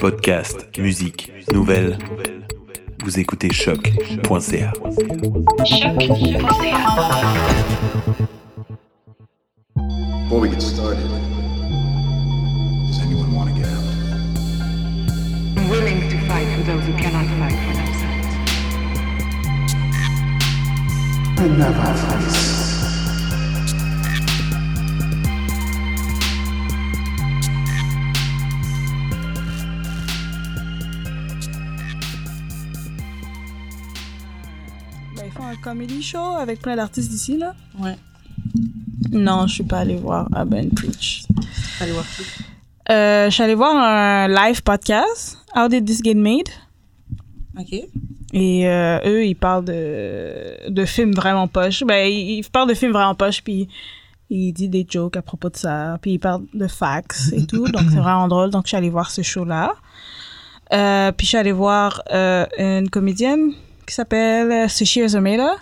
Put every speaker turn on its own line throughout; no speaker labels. Podcast, musique, nouvelles. Vous écoutez choc.ca.
Before we get started, does anyone want to get out?
willing to fight for those who cannot fight for themselves.
Ben, ils font un comedy show avec plein d'artistes d'ici, là.
Ouais.
Non, je suis pas allée voir Urban Preach.
Allez voir qui.
Euh, je suis allée voir un live podcast, How Did This Get Made?
OK.
Et euh, eux, ils parlent de, de films vraiment poches. Ben, ils, ils parlent de films vraiment poches, puis ils disent des jokes à propos de ça, puis ils parlent de fax et tout. Donc, c'est vraiment drôle. Donc, je suis allée voir ce show-là. Euh, puis, je suis allée voir euh, une comédienne qui s'appelle euh, Sushi Azumeda.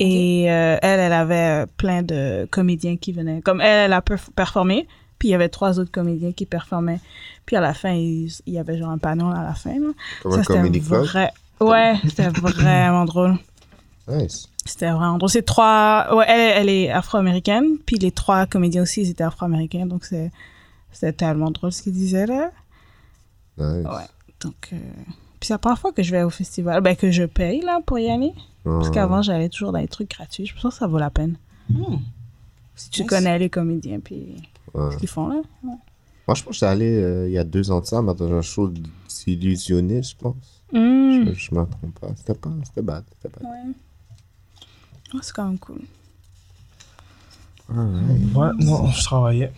Et euh, elle, elle avait euh, plein de comédiens qui venaient. Comme elle, elle a perf- performé. Puis il y avait trois autres comédiens qui performaient. Puis à la fin, il il y avait genre un panneau à la fin. là.
Comme un
Ça, c'était
comedy club.
vrai- Ouais, c'était vraiment drôle.
Nice.
C'était vraiment drôle. C'est trois. Ouais, elle, elle est afro-américaine, puis les trois comédiens aussi, ils étaient afro-américains, donc c'est- c'était tellement drôle ce qu'ils disaient là.
Nice.
Ouais. Donc, euh, puis c'est la première fois que je vais au festival, ben que je paye là pour y aller. Parce
Ah.
qu'avant, j'allais toujours dans les trucs gratuits. Je pense que ça vaut la peine.
Hmm.
Si tu
Nice.
connais les comédiens, puis
Ouais.
ce qu'ils font là.
Moi, je pense que j'étais allé euh, il y a deux ans de ça, mais dans un show d'illusionniste, je pense.
Hmm.
Je, je me trompe pas. C'était pas. C'était bad. C'était bad.
Ouais. Oh, c'est quand même cool.
Ouais, non, je travaillais.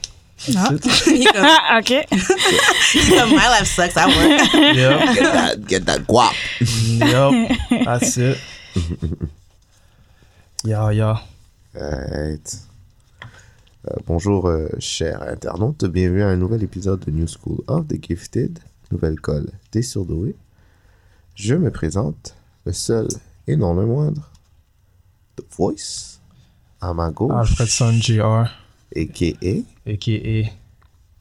Ah.
That's
Il est comme,
Ah, ok.
il est comme, my life sucks, I work.
it. Yep,
Get that, get that guap.
yep, that's it. Yeah, yeah.
Right. Euh, bonjour, euh, chers internautes. Bienvenue à un nouvel épisode de New School of the Gifted. Nouvelle colle des surdoués. Je me présente, le seul et non le moindre, The Voice, à ma
Ah,
gauche,
Alfredson Jr.,
a.k.a.
a.k.a.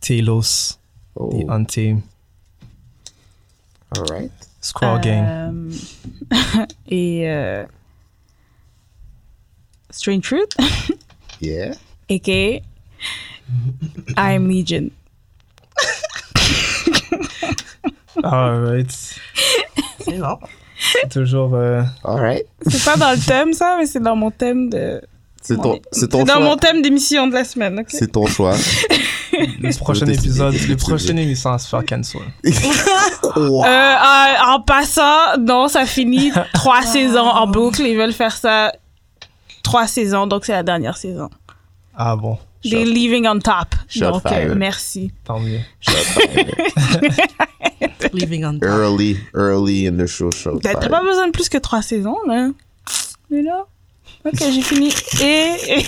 Talos,
Oh,
the Untamed
alright.
Squall Gang.
Euh, et euh, Strange Fruit,
Yeah.
aka I'm Legion.
Alright.
C'est bon.
Ah, Toujours. euh,
Alright.
C'est pas dans le thème ça, mais c'est dans mon thème de.
C'est ton,
mon-
c'est ton
dans mon
choix.
thème d'émission de la semaine, ok?
C'est ton choix.
le prochain
décider,
épisode,
décider.
le prochain émission va se faire cancel.
Euh, euh, en passant, non, ça finit trois saisons en boucle. Ils veulent faire ça trois saisons, donc c'est la dernière saison.
Ah bon,
They're leaving on top.
Shot
donc, euh,
fired.
merci.
tant mieux.
Living on top.
early, early in the show show.
Ben, T'as t'as pas besoin de plus que trois saisons, là. Mais là. Ok, j'ai fini. Et.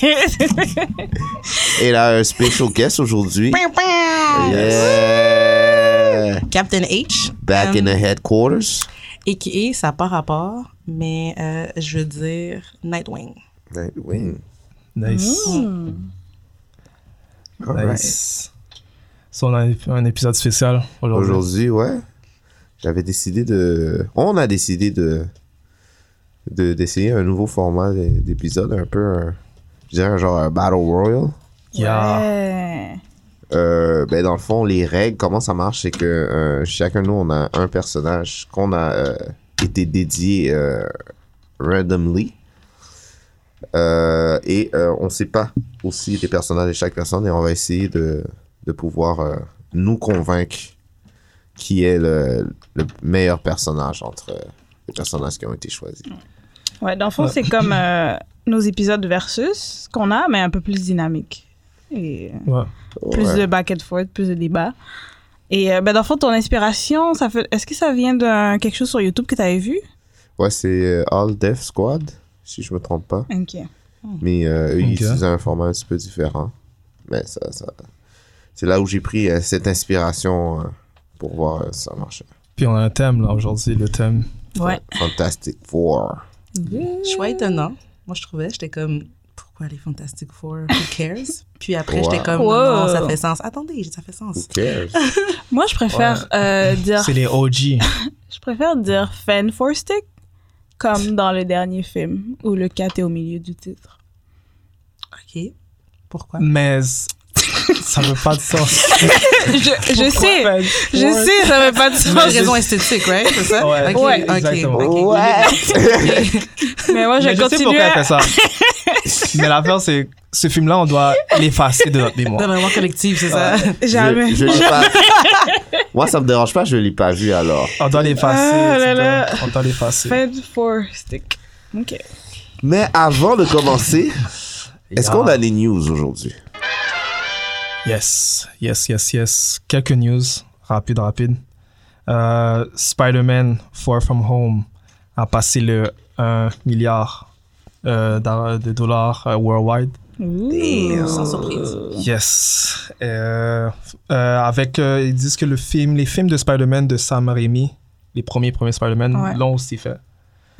Et là, un special guest aujourd'hui. Yeah.
Captain H.
Back in
Euh,
Um,
the headquarters.
A.K.A. ça n'a pas rapport, mais euh, je veux dire Nightwing.
Nightwing.
Nice. Nice. So, on a un- un épisode spécial aujourd'hui.
Aujourd'hui, ouais. J'avais décidé de. On a décidé de. de- D'essayer un nouveau format d'é- d'épisode, un peu un. Je dirais genre un Battle Royal.
Yeah.
Ouais.
Euh, ben dans le fond, les règles, comment ça marche, c'est que euh, chacun de nous, on a un personnage qu'on a euh, été dédié euh, randomly. Euh, et euh, on sait pas aussi les personnages de chaque personne et on va essayer de, de pouvoir euh, nous convaincre qui est le, le meilleur personnage entre euh, les personnages qui ont été choisis.
Ouais, dans le fond, c'est comme euh, nos épisodes versus qu'on a, mais un peu plus dynamique. Et euh,
Ouais.
plus
Ouais.
de back and forth, plus de débat. Et euh, ben, dans le fond, ton inspiration, ça fait... est-ce que ça vient de quelque chose sur YouTube que tu avais vu?
Ouais, c'est euh, All Death Squad, si je me trompe pas.
Ok.
Mais euh, eux, ils
Ok.
utilisaient un format un petit peu différent. Mais ça, ça... c'est là où j'ai pris euh, cette inspiration euh, pour voir euh, si ça marchait.
Puis on a un thème là aujourd'hui, le thème.
Ouais.
Fantastic Four.
Choix étonnant. Moi, je trouvais, j'étais comme, pourquoi pourquoi les Fantastic Four? Who cares? Puis après,
Wow.
j'étais comme,
Wow.
non, ça fait sens. Attendez, ça fait sens.
Who cares?
Moi, je préfère euh, dire,
C'est les OG.
je préfère dire fan for stick, comme dans le dernier film où le cat est au milieu du titre.
OK. Pourquoi?
Mais c- ça veut pas de sens.
Je, je sais,
Pourquoi, ben,
je
ouais.
sais, ça veut pas de
Pour
sens.
une raison esthétique, right? C'est ça?
Ouais,
OK,
Ouais.
OK,
exactement.
OK.
Mais moi, je
Mais je sais
continue.
pourquoi elle
à-
fait ça. Mais l'affaire, c'est que ce film-là, on doit l'effacer de notre
Dans
mémoire.
la mémoire collective, c'est ça?
Jamais.
Je, je l'ai pas... Moi, ça me dérange pas, je l'ai pas vu alors.
On doit l'effacer.
Ah là
c'est
là.
un- On doit l'effacer.
Fan for stick. Ok.
Mais avant de commencer, est-ce qu'on a des news aujourd'hui?
Yes, yes, yes, yes. Quelques news. Rapide, rapide. Euh, Spider-Man Far From Home a passé le 1 milliard euh, d'ar- de dollars euh, worldwide.
Sans surprise.
Yes. Euh, euh, avec, euh, ils disent que le film, les films de Spider-Man de Sam Raimi, les premiers premiers Spider-Man,
Ouais.
l'ont aussi fait.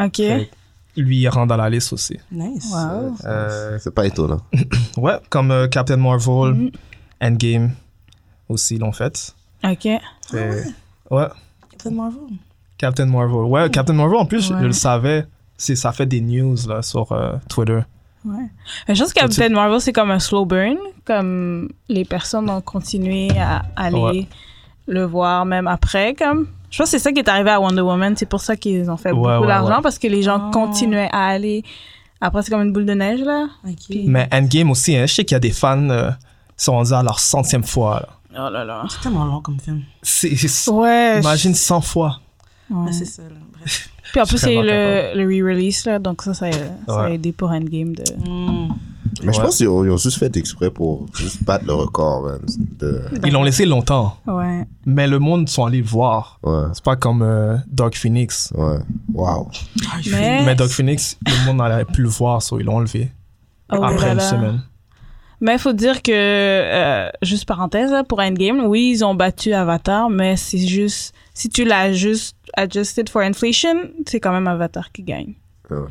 Ok.
Fait que Lui, il rentre dans la liste aussi.
Nice.
Wow.
Euh,
C'est pas étonnant.
ouais, comme euh, Captain Marvel,
Mm-hmm.
Endgame aussi l'ont fait.
Ok.
Fait- ouais,
Captain Marvel.
Captain Marvel. Ouais, Captain Marvel, en plus,
Mm. Ouais.
je le savais. c'est- Ça fait des news là, sur euh, Twitter.
Ouais. Mais Je pense que
Toi, tu-
Captain Marvel, c'est comme un slow burn. Comme les personnes ont continué à aller
Ouais.
le voir même après. Comme. Je pense que c'est ça qui est arrivé à Wonder Woman. C'est pour ça qu'ils ont fait
Ouais,
beaucoup
ouais,
d'argent
ouais.
parce que les gens
Ah.
continuaient à aller. Après, c'est comme une boule de neige, là.
OK.
Mais Endgame aussi, hein, je sais qu'il y a des fans euh, qui sont rendus à leur centième fois. là.
Oh là là.
C'est tellement long comme film.
C'est- c'est-
Ouais.
Imagine 100 fois.
Ouais.
Mais Ah, c'est ça, là. Bref.
Puis en plus,
C'est
c'est
vraiment
le, le re-release, là. Donc ça, ça, a- ça a
hein. Ouais.
aidé pour Endgame de.
Mm.
Mais je
Ouais.
pense qu'ils ont, ils ont juste fait exprès pour juste battre le record, man. De...
Ils l'ont laissé longtemps,
Ouais.
mais le monde sont allés le voir.
Ouais,
C'est pas comme euh, Dark Phoenix.
ouais. Wow.
Mais,
Mais Dark Phoenix, le monde n'allait plus le voir, so ils l'ont enlevé
Oh là
après une
là.
semaine.
Mais il faut dire que, euh, juste parenthèse, là, pour Endgame, oui, ils ont battu Avatar, mais c'est juste, si tu l'as juste adjusted for inflation, c'est quand même Avatar qui gagne.
Ok.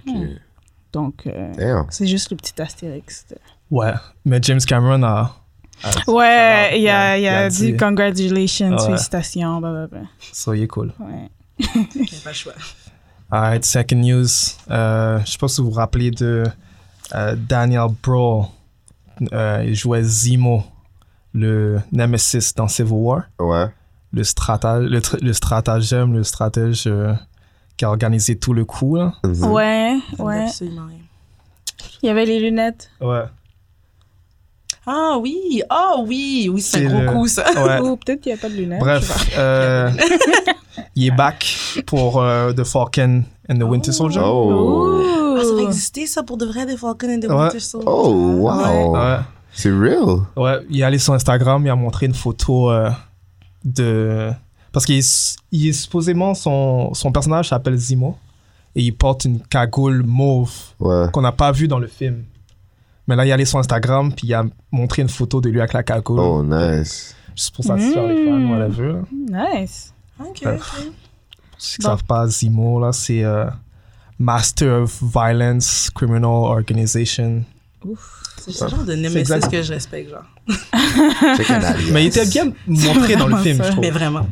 Donc, euh,
Damn.
c'est juste le petit astérix.
Ouais, mais James Cameron ah, a.
Ouais, il a,
ouais,
il a dit congratulations,
Ouais.
félicitations, blablabla.
So il est cool.
Ouais.
J'ai pas le choix.
Alright, second news. Euh, je sais pas si vous vous rappelez de euh, Daniel Brawl. Euh, il jouait Zemo, le Nemesis dans Civil War.
Ouais.
Le, stratag- le, tr- le stratagème, le stratège euh, qui a organisé tout le coup. là.
Mhm.
Ouais,
Ça me dit
ouais.
Absolument rien.
Il y avait les lunettes.
Ouais.
Ah oui, ah oui, oui, c'est
C'est
un gros
le-
coup, Ah, ça.
ouais.
Ou peut-être qu'il n'y a pas de lunettes. je sais
Bref, euh, il est back pour euh, The Falcon and the Winter
Oh.
Soldier.
pas.
Oh.
Ouh.
Ah, ça va exister, ça, pour de vrai, The Falcon and the
Ouais.
Winter Soldier.
Oh, wow.
Ouais,
C'est real.
ouais, il est allé sur Instagram, il a montré une photo euh, de. Parce qu'il est, il est supposément. Son, son personnage s'appelle Zimo et il porte une cagoule mauve
Ouais.
qu'on n'a pas vue dans le film. Mais là, il est allé sur Instagram, puis il a montré une photo de lui avec la cagoule.
Oh, nice.
Juste pour satisfaire les fans,
Mm.
whatever. là.
Nice.
Ok,
Ouais.
ok.
ceux qui ne savent pas, Zimo, là, c'est euh, Master of Violence Criminal Organization.
C'est ce genre de
C'est
nemesis
exact.
que je respecte, genre.
Check an alias.
Mais il était bien montré dans le film,
ça.
je
Mais
trouve.
vraiment.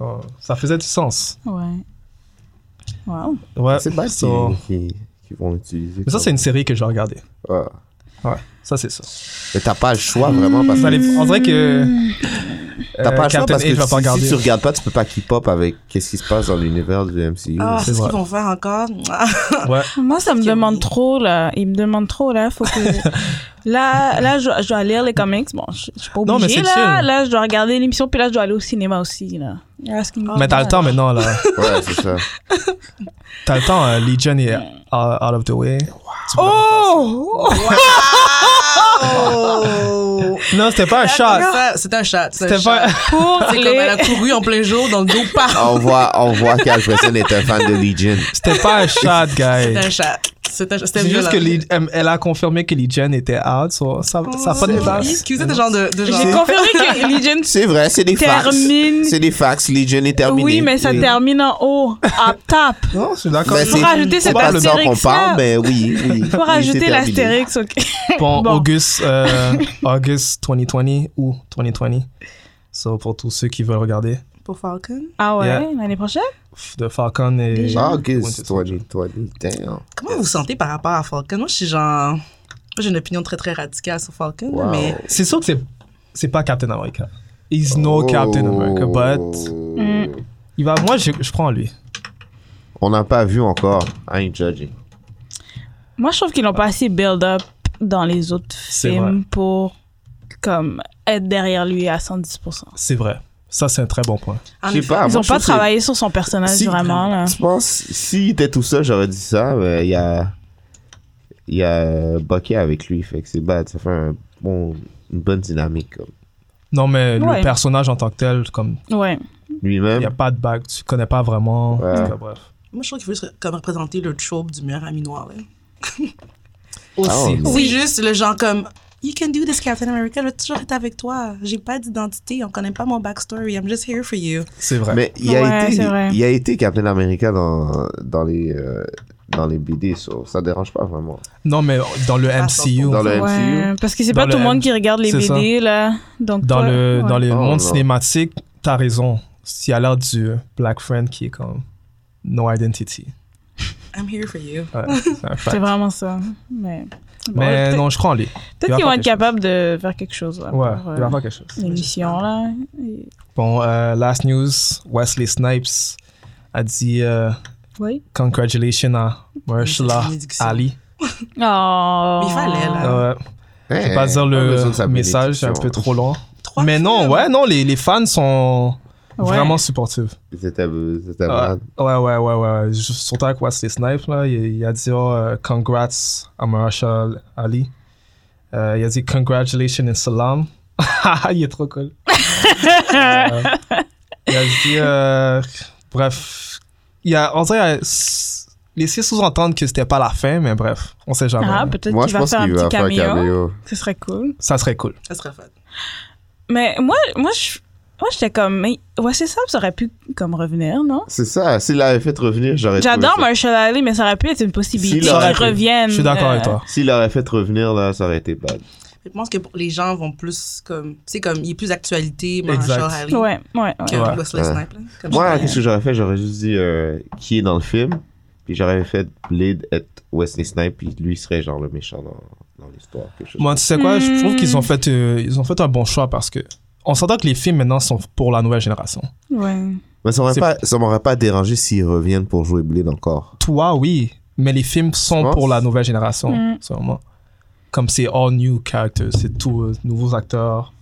Oh, ça faisait du sens.
Ouais. Wow.
Ouais,
C'est pas
euh, ça.
ça. Qui, qui vont l'utiliser.
Mais ça, c'est une série que j'ai regardée.
Ouais.
Ouais, ça, c'est ça.
Mais t'as pas le choix vraiment parce
Vous
que.
allez- On dirait que.
T'as
euh,
pas le choix
Captain
parce que
Age va pas
si- si,
regarder.
tu regardes pas, tu peux pas keep up avec qu'est-ce qui se passe dans l'univers du MCU.
Ah,
c'est
c'est ce
vrai.
qu'ils vont faire encore. Ah.
Ouais,
Moi, ça me
Qui a
demande
mis-
trop, là. Il me demande trop, là. Faut que... là, là je, je dois lire les comics. Bon, je, je suis pas
Non,
obligée,
mais c'est
là.
chill.
Là, je dois regarder l'émission, puis là, je dois aller au cinéma aussi, là. Là, ce qui me-
mais t'as le temps maintenant, là.
Ouais, c'est ça.
T'as le temps, euh, Legion est out, out of the way. Tu peux
Oh!
Oh!
le- Non, c'était pas un shot.
Ça, C'était un chat.
C'était pas. Oh.
Pour
C'est comme elle
les...
a couru en plein jour dans le dos par.
On voit, on voit qu'Al Preston est un fan de Legion.
C'était pas un shot,
C'est un
guys.
chat. C'était c'était
C'est juste
violent.
que Lee- elle- elle a confirmé que Lee Jen était out, so ça ça a pas de
c'est
place.
Excusez, de genre de, de genre.
J'ai confirmé que Legion
C'est vrai, c'est des fax.
Termine.
C'est des fax. Legion est terminé.
Oui, mais ça termine en haut, à top.
Non, je suis d'accord.
Ben,
Faut
c'est-
rajouter cet
probablement qu'on
astérix là.
parle, mais oui, oui.
Faut rajouter l'astérix, ok.
Bon,
Bon.
August, euh, August 2020 ou 2020. So, pour tous ceux qui veulent regarder,
Pour Falcon.
Ah ouais,
Yeah.
l'année prochaine?
f- de Falcon et.
Ah, August
Winter Soldier.
2020, damn.
Comment vous vous sentez par rapport à Falcon? Moi, je suis genre. Moi, j'ai une opinion très très radicale sur Falcon,
Wow.
mais
C'est sûr que c'est c'est pas Captain America. He's no
Oh.
Captain America, but
Mm.
il va. Moi, je, je prends lui.
On n'a pas vu encore. I ain't judging.
Moi, je trouve qu'ils n'ont pas assez build-up dans les autres
C'est
films pour comme être derrière lui à 110%.
C'est vrai. Ça, c'est un très bon point.
en
Je sais
effet,
pas.
Ils
moi,
n'ont
je
pas
trouve que
travaillé sur son personnage
Si,
vraiment.
euh,
Là.
Je pense, s'il était tout seul, j'aurais dit ça, mais il y a. Il y a Bucky avec lui, fait que c'est bad. Ça fait un bon, une bonne dynamique. comme.
Non, mais
Ouais.
le personnage en tant que tel, comme
Ouais.
il n'y a
Lui-même.
pas de bague, tu connais pas vraiment.
Euh, Ouais.
En tout cas, bref.
Moi, je trouve qu'il faut juste comme représenter le trope du meilleur ami noir. là.
Aussi.
Oh.
C'est juste le genre comme You can do this, Captain America. Je vais toujours être avec toi. J'ai pas d'identité. On connaît pas mon backstory. I'm just here for you.
C'est vrai.
Mais il a,
Ouais,
été,
c'est vrai.
il a été Captain America dans, dans, les, euh, dans les BD, so ça dérange pas vraiment.
Non, mais dans le
Ah,
MCU,
Dans le
ouais.
MCU.
Parce que c'est
Dans
pas
le
tout le monde
M-
qui regarde les
c'est ça.
BD, là. Donc,
dans
toi,
le
ouais.
dans les
Oh, non.
mondes cinématiques, t'as raison. Il y a l'air du Black Friend qui est comme no identity.
I'm here for you.
Ouais, c'est un
C'est
fact.
vraiment ça. Mais, bon,
Mais
peut-être-
non, je crois en lui. il
peut-être
va
qu'ils
faire
vont être
quelque
capables de faire quelque chose là,
Ouais,
pour
il va
euh,
faire quelque chose.
l'émission, là. Et-
Bon, euh, last news, Wesley Snipes a dit euh,
Oui.
congratulations à Mahershala Ali.
Oh.
Mais il fallait, là.
Euh, je vais
Eh,
pas dire le message, c'est un peu trop long.
Trois
Mais non,
films.
ouais, non, les, les fans sont
Ouais.
vraiment supportifs.
C'était c'était
Ouais,
bad.
ouais, ouais, ouais, ouais. Je- Surtout avec Wesley Snipes, là, il, il a dit oh, euh, congrats à Mahershala Ali. Euh, il a dit congratulations and salam. il est trop cool. Euh, il a dit, euh, bref, il a, on dirait, euh, il a s- laissé sous-entendre que c'était pas la fin, mais bref, on sait jamais.
Ah, peut-être
Moi,
qu'il
je
va
pense
faire un
qu'il
petit
va faire un
caméo.
caméo.
Ce serait cool.
Ça serait cool.
Ça serait fun.
Mais moi, moi, je- moi j'étais comme, mais Wesley Snipes aurait pu comme revenir, non?
C'est ça, s'il l'avait fait revenir, j'aurais trouvé
J'adore
ça.
Marshall Ali, mais ça aurait pu être une possibilité
S'il aurait
qu'il
pu.
revienne.
Je suis d'accord
euh,
avec toi.
S'il l'aurait fait revenir, là, ça aurait été bad.
Je pense que pour- les gens vont plus comme. C'est comme. Il est plus actualité,
Exact.
Mahershala Ali.
Ouais, ouais, ouais.
Que
Ouais.
Wesley
Ouais.
Snipes. là. Comme
Moi,
je-
qu'est-ce que j'aurais fait J'aurais juste dit euh, qui est dans le film, puis j'aurais fait Blade être Wesley Snipes, puis lui serait genre le méchant dans, dans l'histoire. quelque chose.
Moi, tu sais quoi, je trouve
Hmm.
qu'ils ont fait, euh, ils ont fait un bon choix parce que on s'entend que les films maintenant sont pour la nouvelle génération.
Ouais.
Mais ça m'aurait
c'est-
pas, ça m'aurait pas dérangé s'ils reviennent pour jouer Blade encore.
toi, oui, mais les films
Tu
sont
penses?
pour la nouvelle génération,
Mm.
sûrement. Comme c'est all new characters, c'est tous euh, nouveaux acteurs.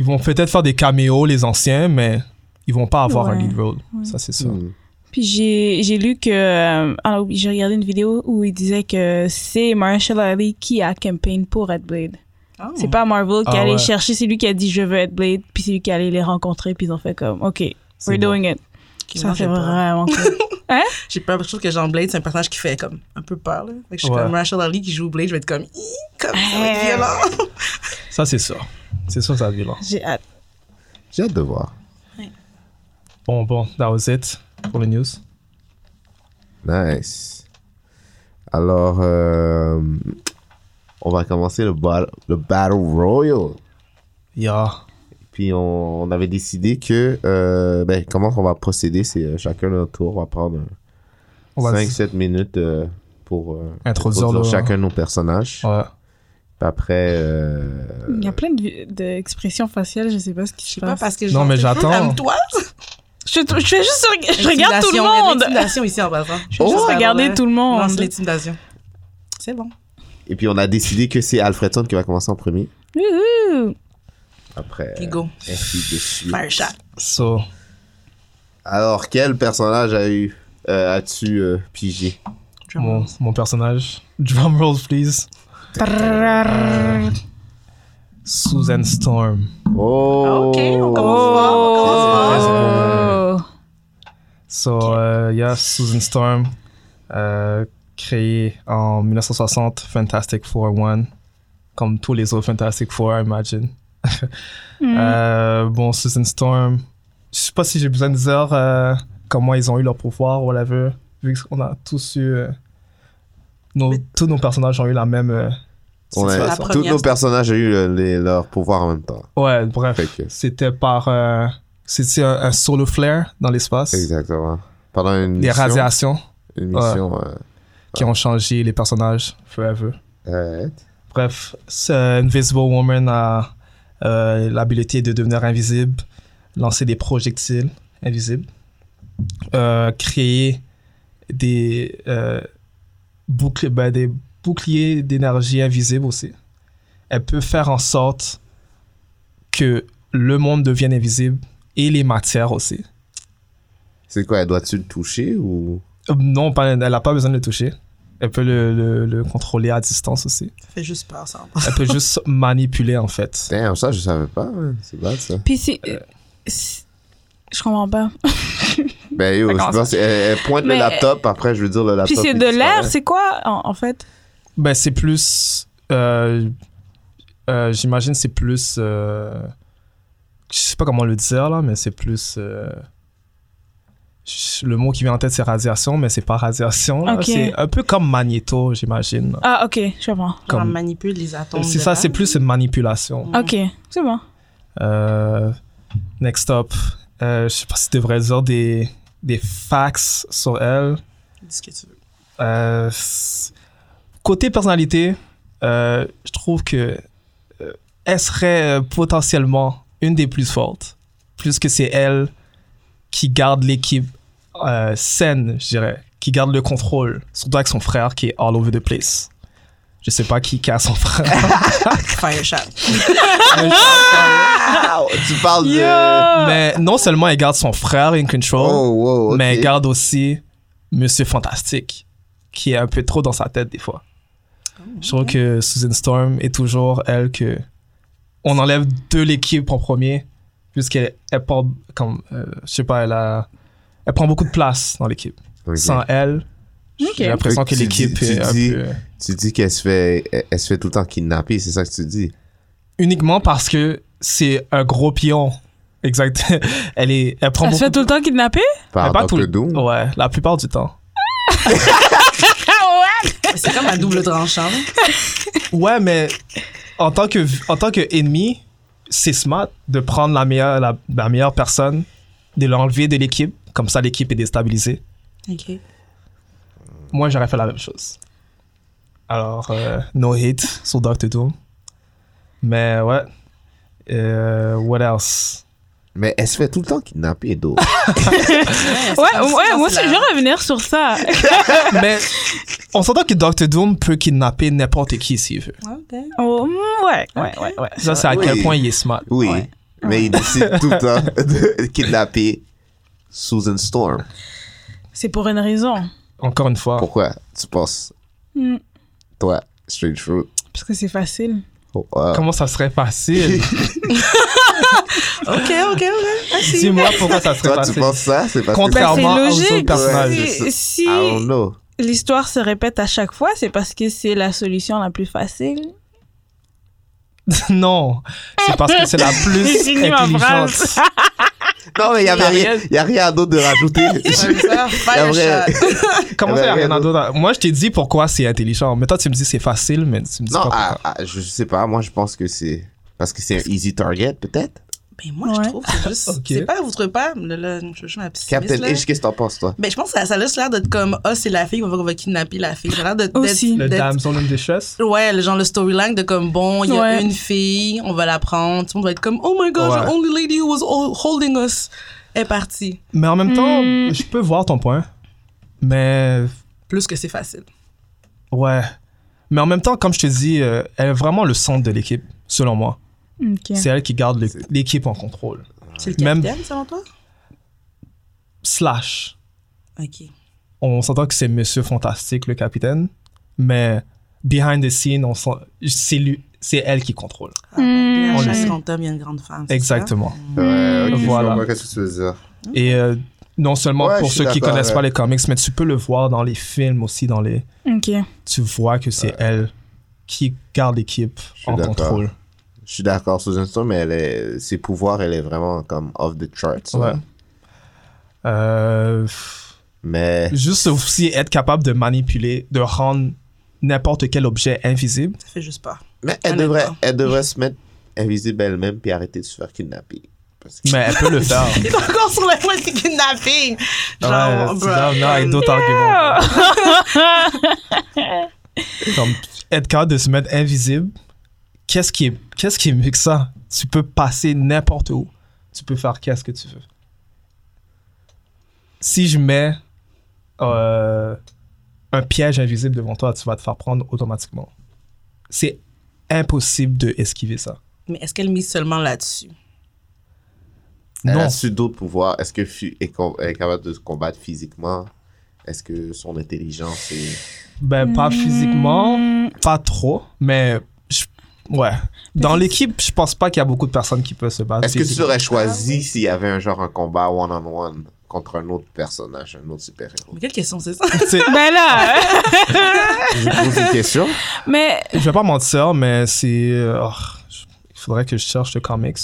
Ils vont peut-être faire des caméos, les anciens, mais ils vont pas avoir un
Ouais,
lead role.
ouais.
Ça, c'est sûr.
Hmm.
Puis j'ai j'ai lu que. euh, alors, oui, j'ai regardé une vidéo où il disait que c'est Marshall Ali qui a campaign pour Red Blade.
Oh.
C'est pas Marvel qui
Ah
allait
ouais.
chercher, c'est lui qui a dit je veux être Blade, puis c'est lui qui allait les rencontrer, puis ils ont fait comme, OK,
C'est
we're
bon.
doing it.
Qui
Ça
mange,
fait
j'ai peur.
vraiment cool.
J'ai peur, je trouve que Jean Blade, c'est un personnage qui fait comme un peu peur. Là. Fait que je suis
Ouais.
comme Rachel Ali qui joue Blade, je vais être comme, Ih, comme ça va être
Ouais.
violent.
Ça, c'est sûr. C'est sûr, ça va être violent.
J'ai hâte.
J'ai hâte de voir.
Bon, bon, that was it pour les news.
Nice. Alors, euh, on va commencer le, bat- le Battle Royal.
Yeah.
Puis on, on avait décidé que, euh, ben, comment on va procéder, c'est euh, chacun notre tour, on va prendre
On va
5-7 minutes euh, pour euh,
introduire
introduire
le-
chacun nos personnages.
Ouais.
Puis après, euh,
Il y a plein de- d'expressions faciales, je sais pas ce qui
Je
se
sais pas
passe.
parce que
Non, mais j'attends.
toi
Je, je fais juste. reg- Je regarde tout le monde!
L'intimidation ici en passant.
Je
Oh,
vais juste regarder tout le monde.
Non, c'est l'intimidation. C'est bon.
et puis on a décidé que c'est Alfredson qui va commencer en premier.
Wouhou.
Après,
Puis go.
euh, ainsi de suite.
Fire shot.
So,
Alors, quel personnage a eu, euh, as-tu euh, pigé
Drum
mon,
rolls.
mon personnage. Drum roll, please.
Prrrr.
Susan Storm.
Oh
Ok, on commence fort, on commence fort.
Oh.
So, euh, yeah, Susan Storm. Euh, créé en 1960, Fantastic Four 1, comme tous les autres Fantastic Four,
Mm.
imagine.
Hmm.
Euh, bon, Susan Storm, je sais pas si j'ai besoin de dire euh, comment ils ont eu leur pouvoir, whatever, vu qu'on a tous eu. euh, nos- Tous nos personnages ont eu la même. euh,
On a-
la
situation.
première.
tous nos personnages ont eu le- les- leur pouvoir en même temps.
Ouais, bref.
Fait que,
C'était par. euh, C'était un, un solo flare dans l'espace.
exactement. Pendant une
Des
mission,
radiations
une mission euh,
qui ont changé les personnages forever.
euh,
Bref, c'est- Invisible Woman a euh, l'habilité de devenir invisible, lancer des projectiles invisibles, euh, créer des, euh, boucles- ben, des boucliers d'énergie invisibles aussi. Elle peut faire en sorte que le monde devienne invisible et les matières aussi.
c'est quoi, elle doit-tu le toucher ou...
Euh, Non, pas- elle n'a pas besoin de le toucher. Elle peut le- le- le contrôler à distance aussi.
Ça fait juste peur, ça.
Elle peut juste manipuler en fait.
Damn, ça, je savais pas. hein. C'est bad, ça.
Puis c'est. euh, c'est- Je comprends pas.
Ben, yo, je
D'accord.
pense, elle, elle pointe
Mais-
le laptop, après, je veux dire le laptop.
Puis c'est
il
de l'air,
disparaît.
c'est quoi en, en fait
Ben, c'est plus. euh, euh, J'imagine c'est plus. euh, je sais pas comment le dire là, mais c'est plus. euh, je- le mot qui vient en tête, c'est radiation, mais c'est pas radiation. là.
Ok.
C'est un peu comme magnéto, j'imagine. là.
Ah, ok, je comprends.
Comme...
Comme-
manipule les atomes.
C'est
de
ça,
l'air.
c'est plus une manipulation.
Ok, c'est bon.
Euh, next up. Euh, je sais pas si je devrais dire des, des fax sur elle.
Dis ce que tu veux.
Euh, c- côté personnalité, euh, je trouve que euh, elle serait euh, potentiellement une des plus fortes, plus que c'est elle qui garde l'équipe euh, saine, je dirais, qui garde le contrôle, surtout avec son frère qui est all over the place. Je sais pas qui casse son frère,
Fire shot.
Wow, tu parles de...
mais non seulement elle garde son frère in control,
Oh, wow, ok.
mais elle garde aussi Monsieur Fantastique, qui est un peu trop dans sa tête des fois.
Oh,
Je trouve que Susan Storm est toujours elle que on enlève de l'équipe en premier, puisqu'elle elle porte comme euh, je sais pas, elle a elle prend beaucoup de place dans l'équipe.
Ok.
Sans elle, j'ai l'impression
Donc,
que
tu
l'équipe
dis- tu
est un
dis-
peu
Tu dis qu'elle se fait, elle, elle se fait tout le temps kidnapper, c'est ça que tu dis.
uniquement parce que c'est un gros pion. Exact. Elle est elle prend
Elle se
beaucoup
fait tout le temps kidnapper
Par
mais pas tout
Dr.
le-
Doom.
Ouais, la plupart du temps.
C'est comme un double tranchant. là.
Ouais, mais en tant que en tant que ennemi, c'est smart de prendre la meilleure la, la meilleure personne, de l'enlever de l'équipe, comme ça l'équipe est déstabilisée.
OK.
Moi, j'aurais fait la même chose. Alors, euh, no hate sur Dr. Doom. Mais ouais. Euh, what else?
Mais elle se fait tout le temps kidnapper, d'eau.
Ouais, ouais, moi aussi, je vais revenir sur ça.
mais on s'entend que Dr. Doom peut kidnapper n'importe qui s'il veut.
OK.
Oh, mm, ouais, ouais, ouais, ouais.
Ça, c'est à
Oui.
quel point il est smart.
Oui,
Ouais.
mais il décide tout le temps de kidnapper Susan Storm.
C'est pour une raison.
Encore une fois.
Pourquoi tu penses,
Mm,
toi, straight fruit?
Parce que c'est facile.
Oh, ah.
Comment ça serait facile?
OK, OK, OK. Ah, si.
Dis-moi pourquoi ça serait
Toi, tu
facile.
penses ça? C'est parce
Ben, c'est
Contrairement aux
logique.
autres personnages.
Ouais,
Si-
c'est ça.
Si
que... I don't know.
l'histoire se répète à chaque fois, c'est parce que c'est la solution la plus facile.
Non, c'est parce que c'est la
J'ai
plus
fini ma
intelligente.
phrase.
Non, mais il n'y avait
T'as
rien,
rien-
y a rien d'autre de rajouter.
Comme ça,
La
Fire
vraie-
shot.
Comment
Ben,
ça, y a rien
rien
d'autre à- Moi, je t'ai dit pourquoi c'est intelligent. Mais toi, tu me dis c'est facile, mais tu me dis
Non,
pas pourquoi.
ah, ah, je sais pas. Moi, je pense que c'est parce que c'est un easy target, peut-être.
Ben moi,
Ouais.
je trouve que c'est juste...
Ok.
C'est pas, vous trouvez pas? Là, là, je je suis ma pessimiste,
Captain
là.
H, qu'est-ce que t'en penses, toi?
Ben, je pense que ça, ça a juste l'air d'être comme, ah, c'est la fille, on va, on va kidnapper la fille. Ça a l'air d'être.
Aussi.
Le
d'être- d'être-
damsel in distress.
Ouais, le genre le storyline de comme, bon, il y a
Ouais.
une fille, on va la prendre. Tout le monde va être comme, oh my god,
Ouais.
the only lady who was all- holding us est partie.
Mais en même temps, je peux voir ton point. Mais
Plus que c'est facile.
ouais. Mais en même temps, comme je te dis, euh, elle est vraiment le centre de l'équipe, selon moi.
Ok.
C'est elle qui garde le- l'équipe en contrôle.
C'est le
Même-
capitaine, selon toi?
Slash.
Ok.
on s'entend que c'est Monsieur Fantastique, le capitaine, mais behind the scene, on sent- c'est lui, c'est elle qui contrôle.
Ah, ben,
On
la
le
chasse
sait.
grand homme, il y a une grande femme. c'est ça?
Exactement.
Ouais, ok, je
Voilà.
vois, Qu'est-ce que tu veux dire?
Et euh, non seulement
Ouais,
pour
je suis
ceux qui
d'accord,
connaissent
ouais.
pas les comics, mais tu peux le voir dans les films aussi, dans les...
Ok.
Tu vois que c'est elle qui garde l'équipe
suis
en
d'accord.
contrôle.
Je suis d'accord, Susan Storm, mais elle est- ses pouvoirs, elle est vraiment comme off the charts. là.
Ouais. Euh, pff,
Mais
juste aussi être capable de manipuler, de rendre n'importe quel objet invisible.
Ça fait juste pas.
Mais elle
Honnêtement.
devrait, elle devrait se mettre invisible elle-même puis arrêter de se faire kidnapper. Parce que-
Mais elle peut le faire.
Il est encore sur le point du kidnapping.
Ouais,
Genre,
c'est
bro.
grave, non, avec d'autres arguments. Comme être capable de se mettre invisible, qu'est-ce qui, est, qu'est-ce qui est mieux que ça? Tu peux passer n'importe où. Tu peux faire qu'est-ce que tu veux. Si je mets euh, un piège invisible devant toi, tu vas te faire prendre automatiquement. C'est impossible de esquiver ça.
Mais est-ce qu'elle mise seulement là-dessus?
Elle
Non,
a su d'autres pouvoirs. Est-ce que fu- est, com- est capable de se combattre physiquement? Est-ce que son intelligence est...
ben pas physiquement.
Hmm,
Pas trop, mais je- ouais. Dans l'équipe, je pense pas qu'il y a beaucoup de personnes qui peuvent se battre.
Est-ce que tu
physiquement.
aurais choisi s'il y avait un genre un combat one-on-one contre un autre personnage, un autre super-héros?
Mais quelle question c'est ça?
C'est-
Ben là, hein.
Je vous pose une question.
mais
Je vais pas mentir, mais c'est. euh, oh, je- Il faudrait que je cherche le comics.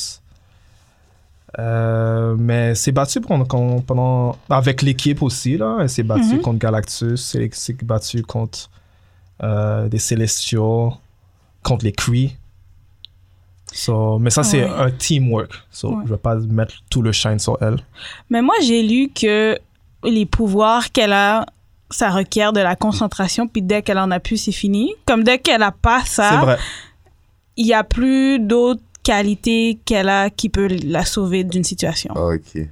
Euh, mais c'est battu pendant, con- pendant- avec l'équipe aussi là. Elle s'est battue
Mhm.
contre Galactus, elle s'est battue contre euh, des Célestiaux, contre les Kree. So, mais ça c'est
Ah Ouais.
un teamwork. So,
Ouais.
Je vais pas mettre tout le shine sur elle.
Mais moi, j'ai lu que les pouvoirs qu'elle a, ça requiert de la concentration, puis dès qu'elle en a plus, c'est fini. Comme dès qu'elle a pas
C'est
ça,
vrai.
il n'y a plus d'autres qualités qu'elle a qui peut la sauver d'une situation.
Ah, Ok.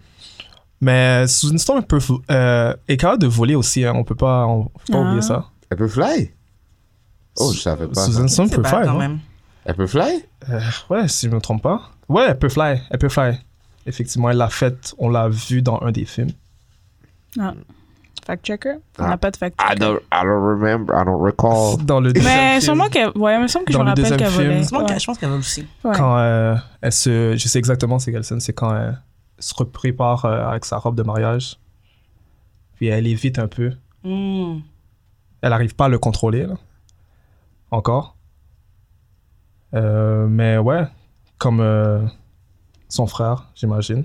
Mais Susan Storm peut vo- euh, est capable de voler aussi. hein. On peut pas, on, faut pas
Ah.
oublier ça.
Elle peut fly? Oh, je savais pas.
Susan Storm
C'est
peut
pas
faire. hein.
quand
non?
même.
Elle peut fly?
Euh, ouais, si je me trompe pas. Ouais, elle peut fly. Elle peut fly. Effectivement, elle l'a faite. On l'a vu dans un des films.
Fact checker? On
Ah.
n'a pas de fact
I don't, I don't remember, I don't recall.
Dans le deuxième
Mais
film,
sûrement qu'elle. Ouais, il me semble que je
Dans
me
le
rappelle
deuxième
qu'elle
film.
volait.
Je pense
Ouais.
qu'elle- je pense qu'elle va aussi.
Ouais.
quand euh, elle se, je sais exactement c'est quelle scène. C'est quand euh, elle se prépare euh, avec sa robe de mariage. Puis elle évite un peu.
Hmm.
Elle n'arrive pas à le contrôler, là. Encore. Euh, mais ouais, comme euh, son frère, j'imagine.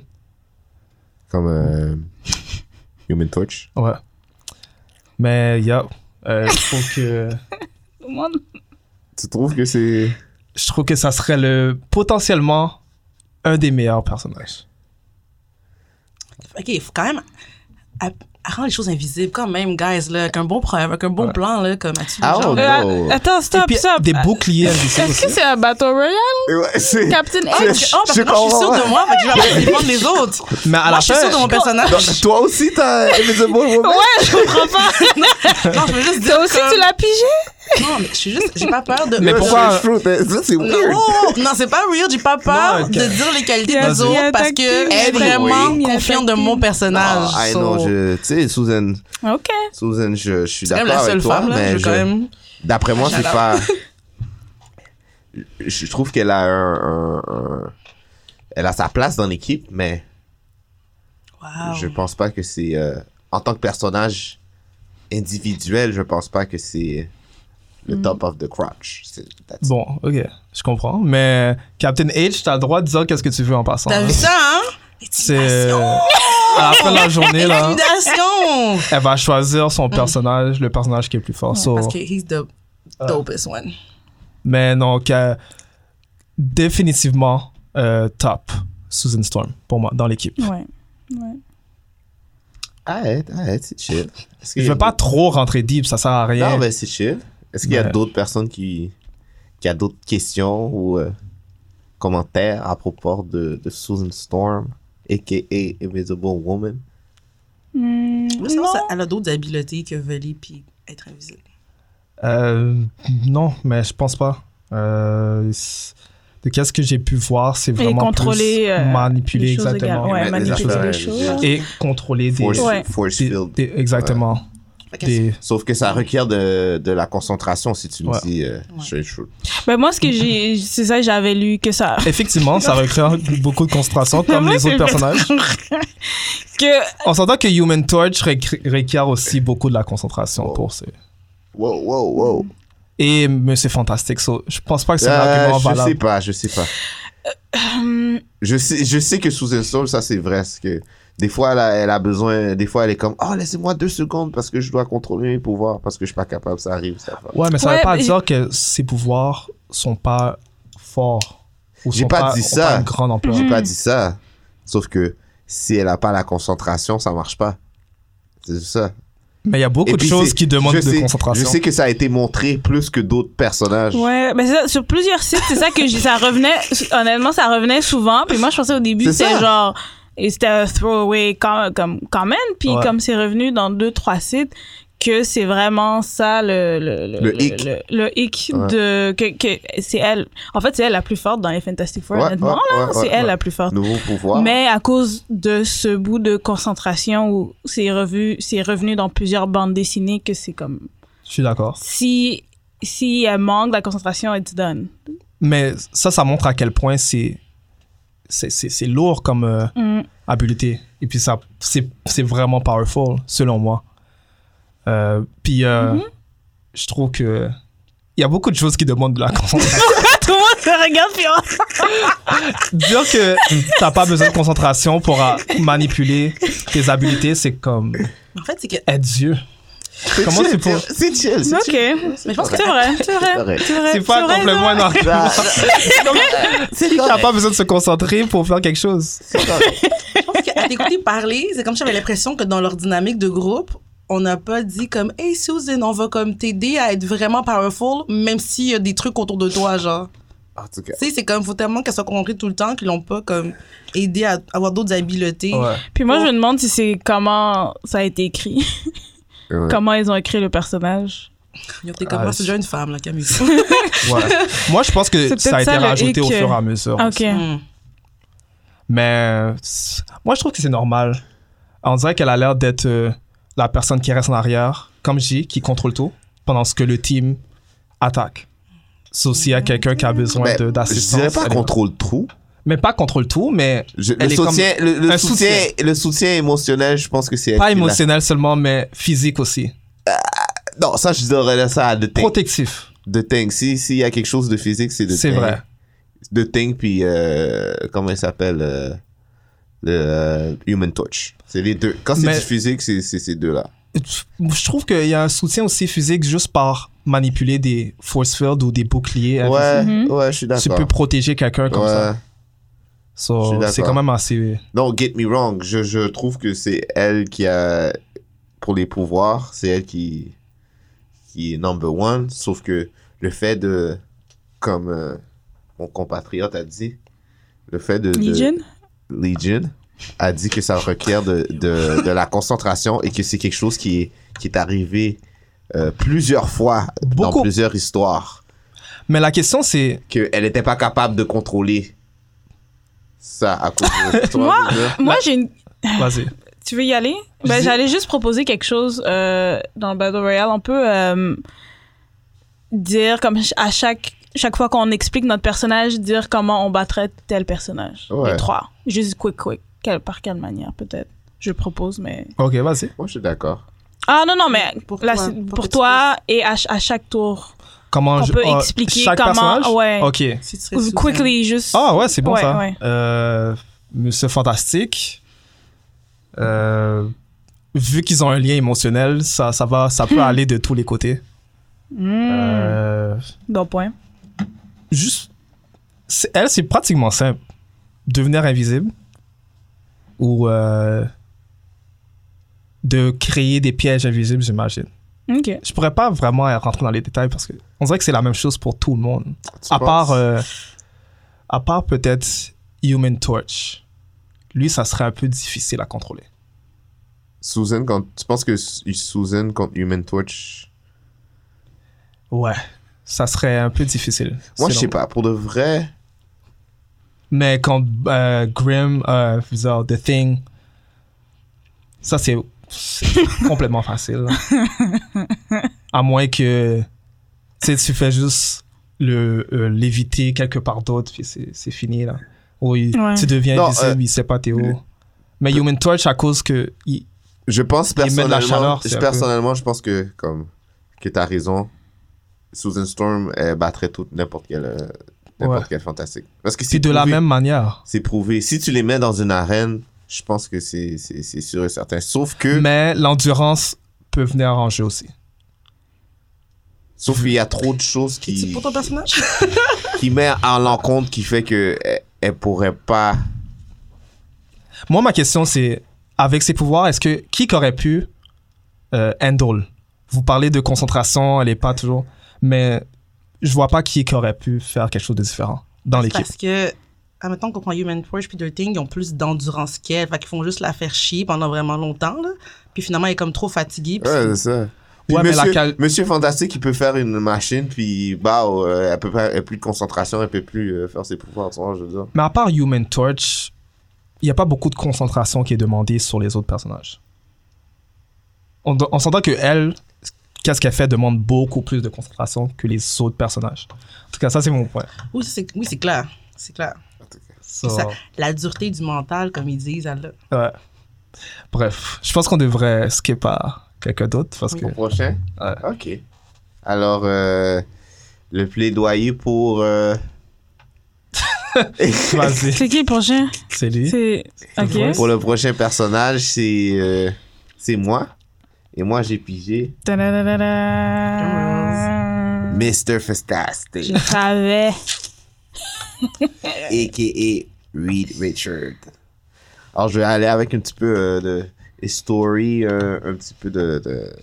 Comme euh, Human Torch.
Ouais. Mais yeah, euh, je trouve que
Tout le monde-
Tu trouves que c'est...
je trouve que ça serait le potentiellement un des meilleurs personnages.
Ok, il faut quand même. Elle, elle rend les choses invisibles quand même, guys, là. Avec un bon, pro- avec un bon
Ouais.
plan, là, comme as-tu
Ah,
genre.
oh,
Euh,
no.
Attends,
Et
stop,
puis
stop.
des
Euh,
boucliers invisibles
Est-ce que
aussi.
c'est un Battle Royale?
Ouais, c'est...
Captain
Oh,
H?
je- oh, parce
Je
que non, je suis sûre
comprends.
de moi, fait que je vais aller défendre les autres.
Mais à
moi,
la
je suis
fin,
sûre de mon personnage.
Non, Toi aussi, t'as Invisible Woman?
Ouais, je comprends pas.
Non, je veux juste dire.
Toi aussi,
comme-
tu l'as pigé?
Non, mais je suis juste. J'ai pas peur de.
Mais
de-
pourquoi-
Ça, c'est
Non,
weird.
oh, non, c'est pas weird. J'ai pas peur
ok.
de dire les qualités
Il y a-
des
il y a
autres parce
tactile, il
que
y a
elle est vraiment
tactile, il y a
confiante de
tactile.
mon personnage.
Ah,
so-
non, je, tu sais, Susan,
Ok.
Susan, je, je suis
C'est même
d'accord avec
la seule
toi,
femme, là.
mais
Je veux quand
je-
même.
d'après moi, c'est
Shout out.
pas. Je trouve qu'elle a un, un- un- elle a sa place dans l'équipe, mais
Wow.
je pense pas que c'est euh, en tant que personnage individuel, je pense pas que c'est le top of the crotch. C'est- that's-
bon, ok, je comprends. Mais Captain H, t'as le droit de dire qu'est-ce que tu veux en passant.
T'as
hein.
vu ça, hein?
C'est à la fin de la journée là,
Intimidation!
elle va choisir son personnage, le personnage qui est le plus fort.
Oh.
So,
Mm. Parce que he's the
Ah.
dopest one.
Mais non, que- définitivement euh, top Susan Storm pour moi dans l'équipe.
Ouais. Ouais.
Arrête, arrête, c'est chill. Est-ce qu'il
Je
y a
veux pas trop rentrer deep, ça sert à rien.
Non, mais c'est chill. Est-ce qu'il y a
Ouais.
d'autres personnes qui, qui a d'autres questions ou euh, commentaires à propos de, de Susan Storm, a.k.a. Invisible Woman?
Hmm,
Je pense
non.
qu'elle a d'autres habiletés que voler puis être invisible.
Euh, non, mais je pense pas. Euh, c'est- de qu'est-ce que j'ai pu voir, c'est vraiment
contrôler,
plus
euh,
manipuler
les choses
exactement
également. Ouais,
Mais les
manipuler
affaires,
les
euh,
choses.
et contrôler des,
Force,
Ouais.
force
des-
field.
des- exactement. des...
Sauf que ça requiert de, de la concentration si tu me
Ouais.
dis euh, je- je-
Ben moi, ce que j'ai, c'est ça, j'avais lu que ça.
Effectivement, ça requiert beaucoup de concentration, comme
Moi,
les
c'est
autres
le-
personnages.
que
On s'entend que Human Torch requ- requiert aussi beaucoup de la concentration
Wow.
pour ces...
Wow, wow, wow.
Et Monsieur Fantastique, so, je pense pas que c'est un
Euh,
argument
je sais
valable.
pas, je sais pas.
hum,
Je sais, je sais que sous un sol, ça c'est vrai. parce que des fois, elle a, elle a besoin, des fois, elle est comme, oh, laissez-moi deux secondes parce que je dois contrôler mes pouvoirs, parce que je suis pas capable, ça arrive, ça va.
Ouais, mais ça veut
Ouais,
pas
mais-
dire que ses pouvoirs sont pas forts. ou
J'ai
sont
pas dit
ont
ça.
une grande ampleur.
J'ai pas
Mhm.
dit ça. Sauf que si elle a pas la concentration, ça marche pas. C'est ça.
Mais il y a beaucoup
Et
de
puis,
choses
c'est-
qui demandent
je
de
sais-
concentration.
Je sais que ça a été montré plus que d'autres personnages.
ouais, ben c'est ça, sur plusieurs sites, c'est ça que j'ai- ça revenait. Honnêtement, ça revenait souvent. Puis moi, je pensais au début,
C'est
c'était
ça.
genre, et c'était un throwaway quand, comme, quand même. Puis
Ouais.
comme c'est revenu dans deux, trois sites, que c'est vraiment ça le le le
Le hic.
le, le hic
Ouais.
de que, que c'est elle. En fait, c'est elle la plus forte dans les Fantastic Four.
Ouais,
honnêtement,
ouais,
là,
ouais,
c'est
ouais,
elle
ouais.
la plus forte.
Nouveau pouvoir.
Mais à cause de ce bout de concentration où c'est revu, c'est revenu dans plusieurs bandes dessinées que c'est comme
Je suis d'accord.
si si elle manque la concentration, it's done.
Mais ça, ça montre à quel point c'est c'est- c'est c'est lourd comme euh,
Mm.
habilité. Et puis ça, c'est c'est vraiment powerful, selon moi. Euh, puis euh, je trouve que il y a beaucoup de choses qui demandent de la concentration.
Tout le monde se regarde puis on-
Dire que t'as pas besoin de concentration pour euh, manipuler tes habilités, c'est comme
En fait, c'est que.
être Dieu.
C'est
comment
chill,
c'est pour-
C'est chill, c'est
Ok,
chill.
mais je pense que
correct.
c'est vrai, c'est
C'est
vrai,
correct.
c'est vrai.
C'est pas
vrai,
complètement un argument.
Ça- C'est
T'as
correct.
pas besoin de se concentrer pour faire quelque chose.
C'est correct.
Je pense qu'à t'écouter parler, c'est comme si j'avais l'impression que dans leur dynamique de groupe, on n'a pas dit comme Hey Susan, on va comme t'aider à être vraiment powerful, même s'il y a des trucs autour de toi, genre.
En tout cas.
Tu sais, c'est comme, faut tellement qu'elles soient concentrées tout le temps qu'ils l'ont pas comme aidé à avoir d'autres habiletés.
Puis moi, je me demande si c'est comment ça a été écrit,
Ouais.
comment ils ont écrit le personnage.
Ils ont été
Ah,
comme, Ah,
c'est-
c'est déjà une femme, là, Camille.
Ouais. Moi, je pense que
C'est
ça a
peut-être
été
ça, le
rajouté au
hic. euh, ah,
fur et à mesure.
Ok.
Hmm.
Mais euh, c'est- moi, je trouve que c'est normal. On dirait qu'elle a l'air d'être euh, la personne qui reste en arrière, comme je dis, qui contrôle tout, pendant ce que le team attaque. Sauf s'il y a quelqu'un qui a besoin
Mais
de-
Ben, je
d'assistance.
dirais pas
elle est-
contrôle trou.
Mais pas contrôle tout, mais
Je-
Elle
le,
est comme-
soutien, le, le
un
soutien, le soutien émotionnel, je pense que c'est. elle
pas
qui l'a-
émotionnel seulement, mais physique aussi.
Non, ça, je donnerais ça à The Thing.
Protectif,
The Thing. Si- S'il y a quelque chose de physique, c'est The Thing.
c'est vrai.
The Thing, puis euh, comment il s'appelle euh, le, euh, Human Touch. C'est les deux. Quand c'est
Mais-
du physique, c'est c'est ces deux-là.
Je trouve qu'il y a un soutien aussi physique juste par manipuler des force fields ou des boucliers.
Ouais,
Mhm.
ouais, je suis
tu
d'accord.
peux protéger quelqu'un comme
Ouais.
ça. So,
Je suis d'accord.
c'est quand même assez.
Non, get me wrong. Je, je trouve que c'est elle qui a. Pour les pouvoirs, c'est elle qui. qui est number one. Sauf que le fait de. Comme euh, mon compatriote a dit. Le fait de. de-
Legion?
Legion a dit que ça requiert de, de, de la concentration et que c'est quelque chose qui est, qui est arrivé euh, plusieurs fois
Beaucoup.
dans plusieurs histoires
Mais la question, c'est.
qu'elle n'était pas capable de contrôler ça à cause de tu vois ce que je veux dire?
Moi, j'ai une
Vas-y.
Tu veux y aller?
Je
Ben,
dis-
j'allais juste proposer quelque chose euh, dans le Battle Royale. On peut euh, dire, comme ch- à chaque, chaque fois qu'on explique notre personnage, dire comment on battrait tel personnage.
Ouais.
Les trois. Juste quick, quick. Quelle- par quelle manière, peut-être? Je propose, mais.
Ok, vas-y.
Moi, je suis d'accord.
Ah non, non, mais
Pour
là,
toi,
c'est
pour
pour,
que tu
toi et à, ch- à chaque tour.
Comment
On
je.
peut
ah,
expliquer
chaque
comment-
Personnage?
ouais.
Ok.
Si tu serais
Ou
Susan.
Quickly, juste.
Ah ouais, c'est bon
Ouais,
ça.
ouais.
Euh, Monsieur Fantastique. Euh, vu qu'ils ont un lien émotionnel, ça, ça, va, ça peut aller de tous les côtés.
Hmm,
Euh,
bon point.
juste. c'est- Elle, c'est pratiquement simple. Devenir invisible. Ou. euh, de créer des pièges invisibles, j'imagine.
Ok.
Je pourrais pas vraiment rentrer dans les détails parce que on dirait que c'est la même chose pour tout le monde.
Tu
À
penses?
part, euh, à part peut-être Human Torch. Lui, ça serait un peu difficile à contrôler.
Susan, quand, tu penses que Su- Susan contre Human Torch
Ouais. Ça serait un peu difficile.
Moi, je
selon
sais pas. Pour de vrai,
Mais quand euh, Grimm, euh, je veux dire, The Thing, ça c'est c'est complètement facile. là. À moins que tu sais, tu fais juste le euh, l'éviter quelque part d'autre, puis c'est c'est fini. là. Ou il-
Ouais.
tu deviens
Non,
invisible,
euh,
il sait pas t'es
le-
où. Mais Human Torch, à cause que. il-
Je pense
Ils mettent de
personnellement,
la chaleur, c'est
je,
un
personnellement je pense que, comme, que t'as raison. Susan Storm, elle battrait tout n'importe quel, euh, n'importe
Ouais.
quel fantastique. Parce que
c'est de la
prouvé-
même manière.
C'est prouvé. Si tu les mets dans une arène, je pense que c'est, c'est, c'est sûr et certain. Sauf que,
Mais l'endurance peut venir en jeu aussi.
sauf qu'il y a trop de choses
C'est
qui,
pour ton personnage?
qui met à l'encontre qui fait que elle, elle pourrait pas.
Moi, ma question, c'est avec ses pouvoirs, est-ce que qui aurait pu euh, handle Vous parlez de concentration, elle est pas toujours. Mais je vois pas qui aurait pu faire quelque chose de différent dans l'équipe.
Parce que, admettons qu'on prend Human Torch puis Dirting, ils ont plus d'endurance qu'elle. Fait qu'ils font juste la faire chier pendant vraiment longtemps, là. Puis finalement, elle est comme trop fatiguée. puis
Ouais, c'est ça. Puis
Ouais, mais
monsieur,
la cal-
Monsieur Fantastique, il peut faire une machine, puis bah, euh, elle peut pas, elle a plus de concentration, elle peut plus euh, faire ses pouvoirs, tu vois, je veux dire.
Mais à part Human Torch, il n'y a pas beaucoup de concentration qui est demandée sur les autres personnages. On, on s'entend que elle, qu'est-ce qu'elle fait, demande beaucoup plus de concentration que les autres personnages. En tout cas, ça, c'est mon point.
Oui, c'est oui, c'est clair. C'est clair.
Oh.
Ça- La dureté du mental, comme ils disent, elle l'a.
Ouais. Bref, je pense qu'on devrait skip à quelqu'un d'autre parce que
Au prochain?
Ouais.
Ok. Alors, euh, le plaidoyer pour. euh,
vas-y,
C'est qui le prochain?
c'est lui.
C'est.
vrai.
Ok.
pour le prochain personnage, c'est. euh, c'est moi. Et moi, j'ai pigé
Ta-da-da-da-da.
Mr. Fantastic,
Je savais.
a.k.a. Reed Richard. Alors, je vais aller avec un petit peu euh, de story, euh, un petit peu de. de-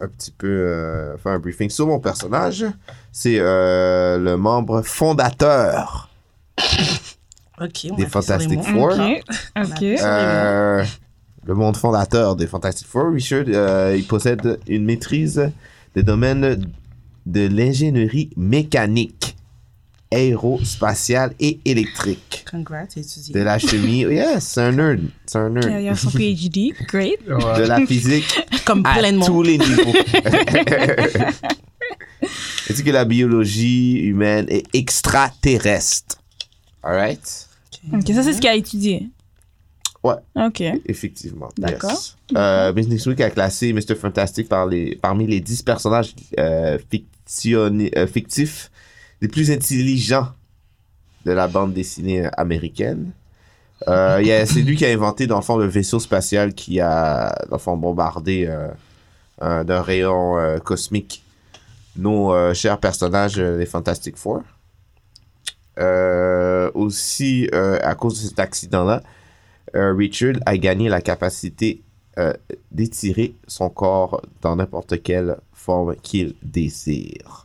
un petit peu. euh, faire un briefing sur mon personnage. C'est euh, le membre fondateur
OK.
Des
on appuie sur les
Fantastic
mots.
Four.
Ok. Ok.
hein.
Euh, le monde fondateur des Fantastic Four, Richard, euh, il possède une maîtrise des domaines de l'ingénierie mécanique, aérospatiale et électrique.
Congrats, t'as étudié.
De la chimie, yes, c'est un nerd, c'est un
Il
nerd.
y a son PhD. Great.
De la physique
Comme
à
plein de
tous
monde.
les niveaux. Est-ce que la biologie humaine est extraterrestre? Alright?
Ok, ça, c'est ce qu'il a étudié.
Ouais.
Ok.
Effectivement.
D'accord.
yes. Euh, Business Week a classé Mr. Fantastic par les, parmi les 10 personnages euh, fictionni- euh, fictifs les plus intelligents de la bande dessinée américaine. Euh, il y a- C'est lui qui a inventé, dans le fond, le vaisseau spatial qui a, dans le fond, bombardé euh, euh, d'un rayon euh, cosmique nos euh, chers personnages, euh, les Fantastic Four. Euh, aussi, euh, à cause de cet accident-là, euh, Richard a gagné la capacité euh, d'étirer son corps dans n'importe quelle forme qu'il désire.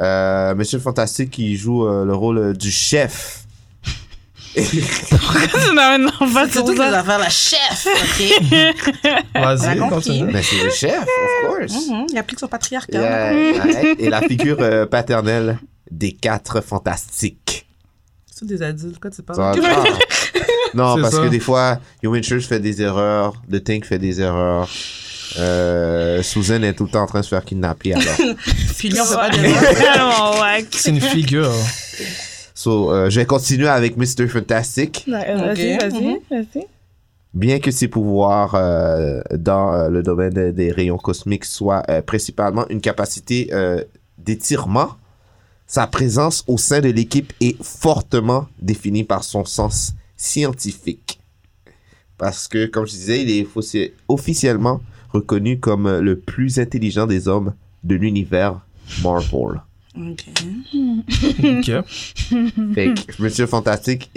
Euh, Monsieur Fantastique qui joue euh, le rôle euh, du chef.
Ça n'amène pas
C'est toi
sur
qui
ça.
vas faire la chef, OK?
Vas-y,
On a compris.
continue.
Mais Ben, c'est le chef, of course.
Mhm, Il applique son patriarcat.
Et, euh, ouais, et la figure euh, paternelle des quatre fantastiques.
C'est des adultes, quoi, tu
Ça va
parles?
pas. non,
C'est
parce
ça.
que des fois, Human Church fait des erreurs, The Tank fait des erreurs. Euh, Susan est tout le temps en train de se faire kidnapper. Alors.
Puis lui, on fait pas des erreurs.
Vraiment wack.
C'est une figure.
So, euh, je vais continuer avec Mr. Fantastic.
Vas-y,
Ok.
vas-y,
Mhm.
vas-y.
Bien que ses pouvoirs euh, dans euh, le domaine de- des rayons cosmiques soient euh, principalement une capacité euh, d'étirement, sa présence au sein de l'équipe est fortement définie par son sens scientifique. Parce que, comme je disais, il est fossi- officiellement reconnu comme euh, le plus intelligent des hommes de l'univers Marvel.
OK.
Ok.
Fait que Monsieur Fantastique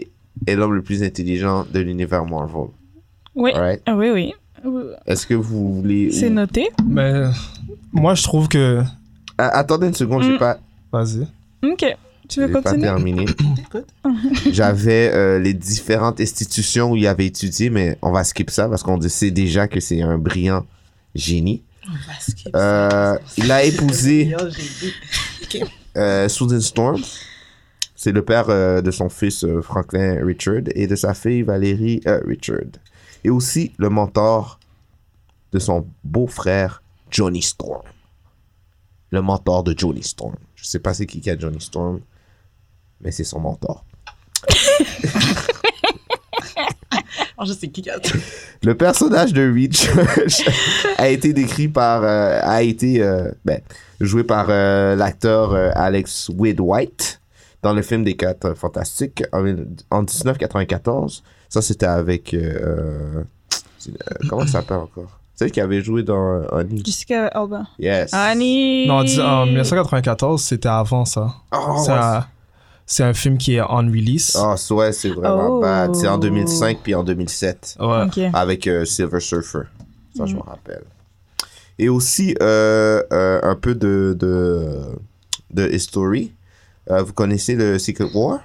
est l'homme le plus intelligent de l'univers Marvel.
Oui.
Alright.
Ah Oui, oui. Oui.
Est-ce que vous voulez.
C'est noté.
Mais moi, je trouve que.
Ah, attendez une seconde,
Mm.
j'ai pas,
Vas-y.
Ok. Tu veux
j'ai pas
continuer?
terminé.
Écoute.
J'avais euh, les différentes institutions où il avait étudié, mais on va skip ça parce qu'on sait déjà que c'est un brillant génie.
Parce que-
Euh, il a épousé
Yo, j'ai dit.
euh, Susan Storm. C'est le père euh, de son fils euh, Franklin Richard et de sa fille Valérie euh, Richard. Et aussi le mentor de son beau-frère Johnny Storm. Le mentor de Johnny Storm. Je sais pas c'est qui qui a Johnny Storm, mais c'est son mentor.
Oh, je sais qui qui a-
Le personnage de Reach a été décrit par euh, a été euh, ben, joué par euh, l'acteur euh, Alex Wade White dans le film des quatre fantastiques en, en 1994. Ça c'était avec euh, euh, c'est- euh, comment ça s'appelle encore Celle qui avait joué dans euh, Honey.
Jessica Alba.
Yes.
Annie.
Non, dis- euh, en 1994, c'était avant ça.
Oh,
C'est
ouais,
un- c'est un film qui est on release.
Ah, c'est- ouais, c'est vraiment
Oh.
bad. C'est en 2005 puis en 2007.
Ouais.
Ok.
avec euh, Silver Surfer. Ça, je me rappelle. Et aussi, euh, euh, un peu de, de, de history. Euh, vous connaissez le Secret War?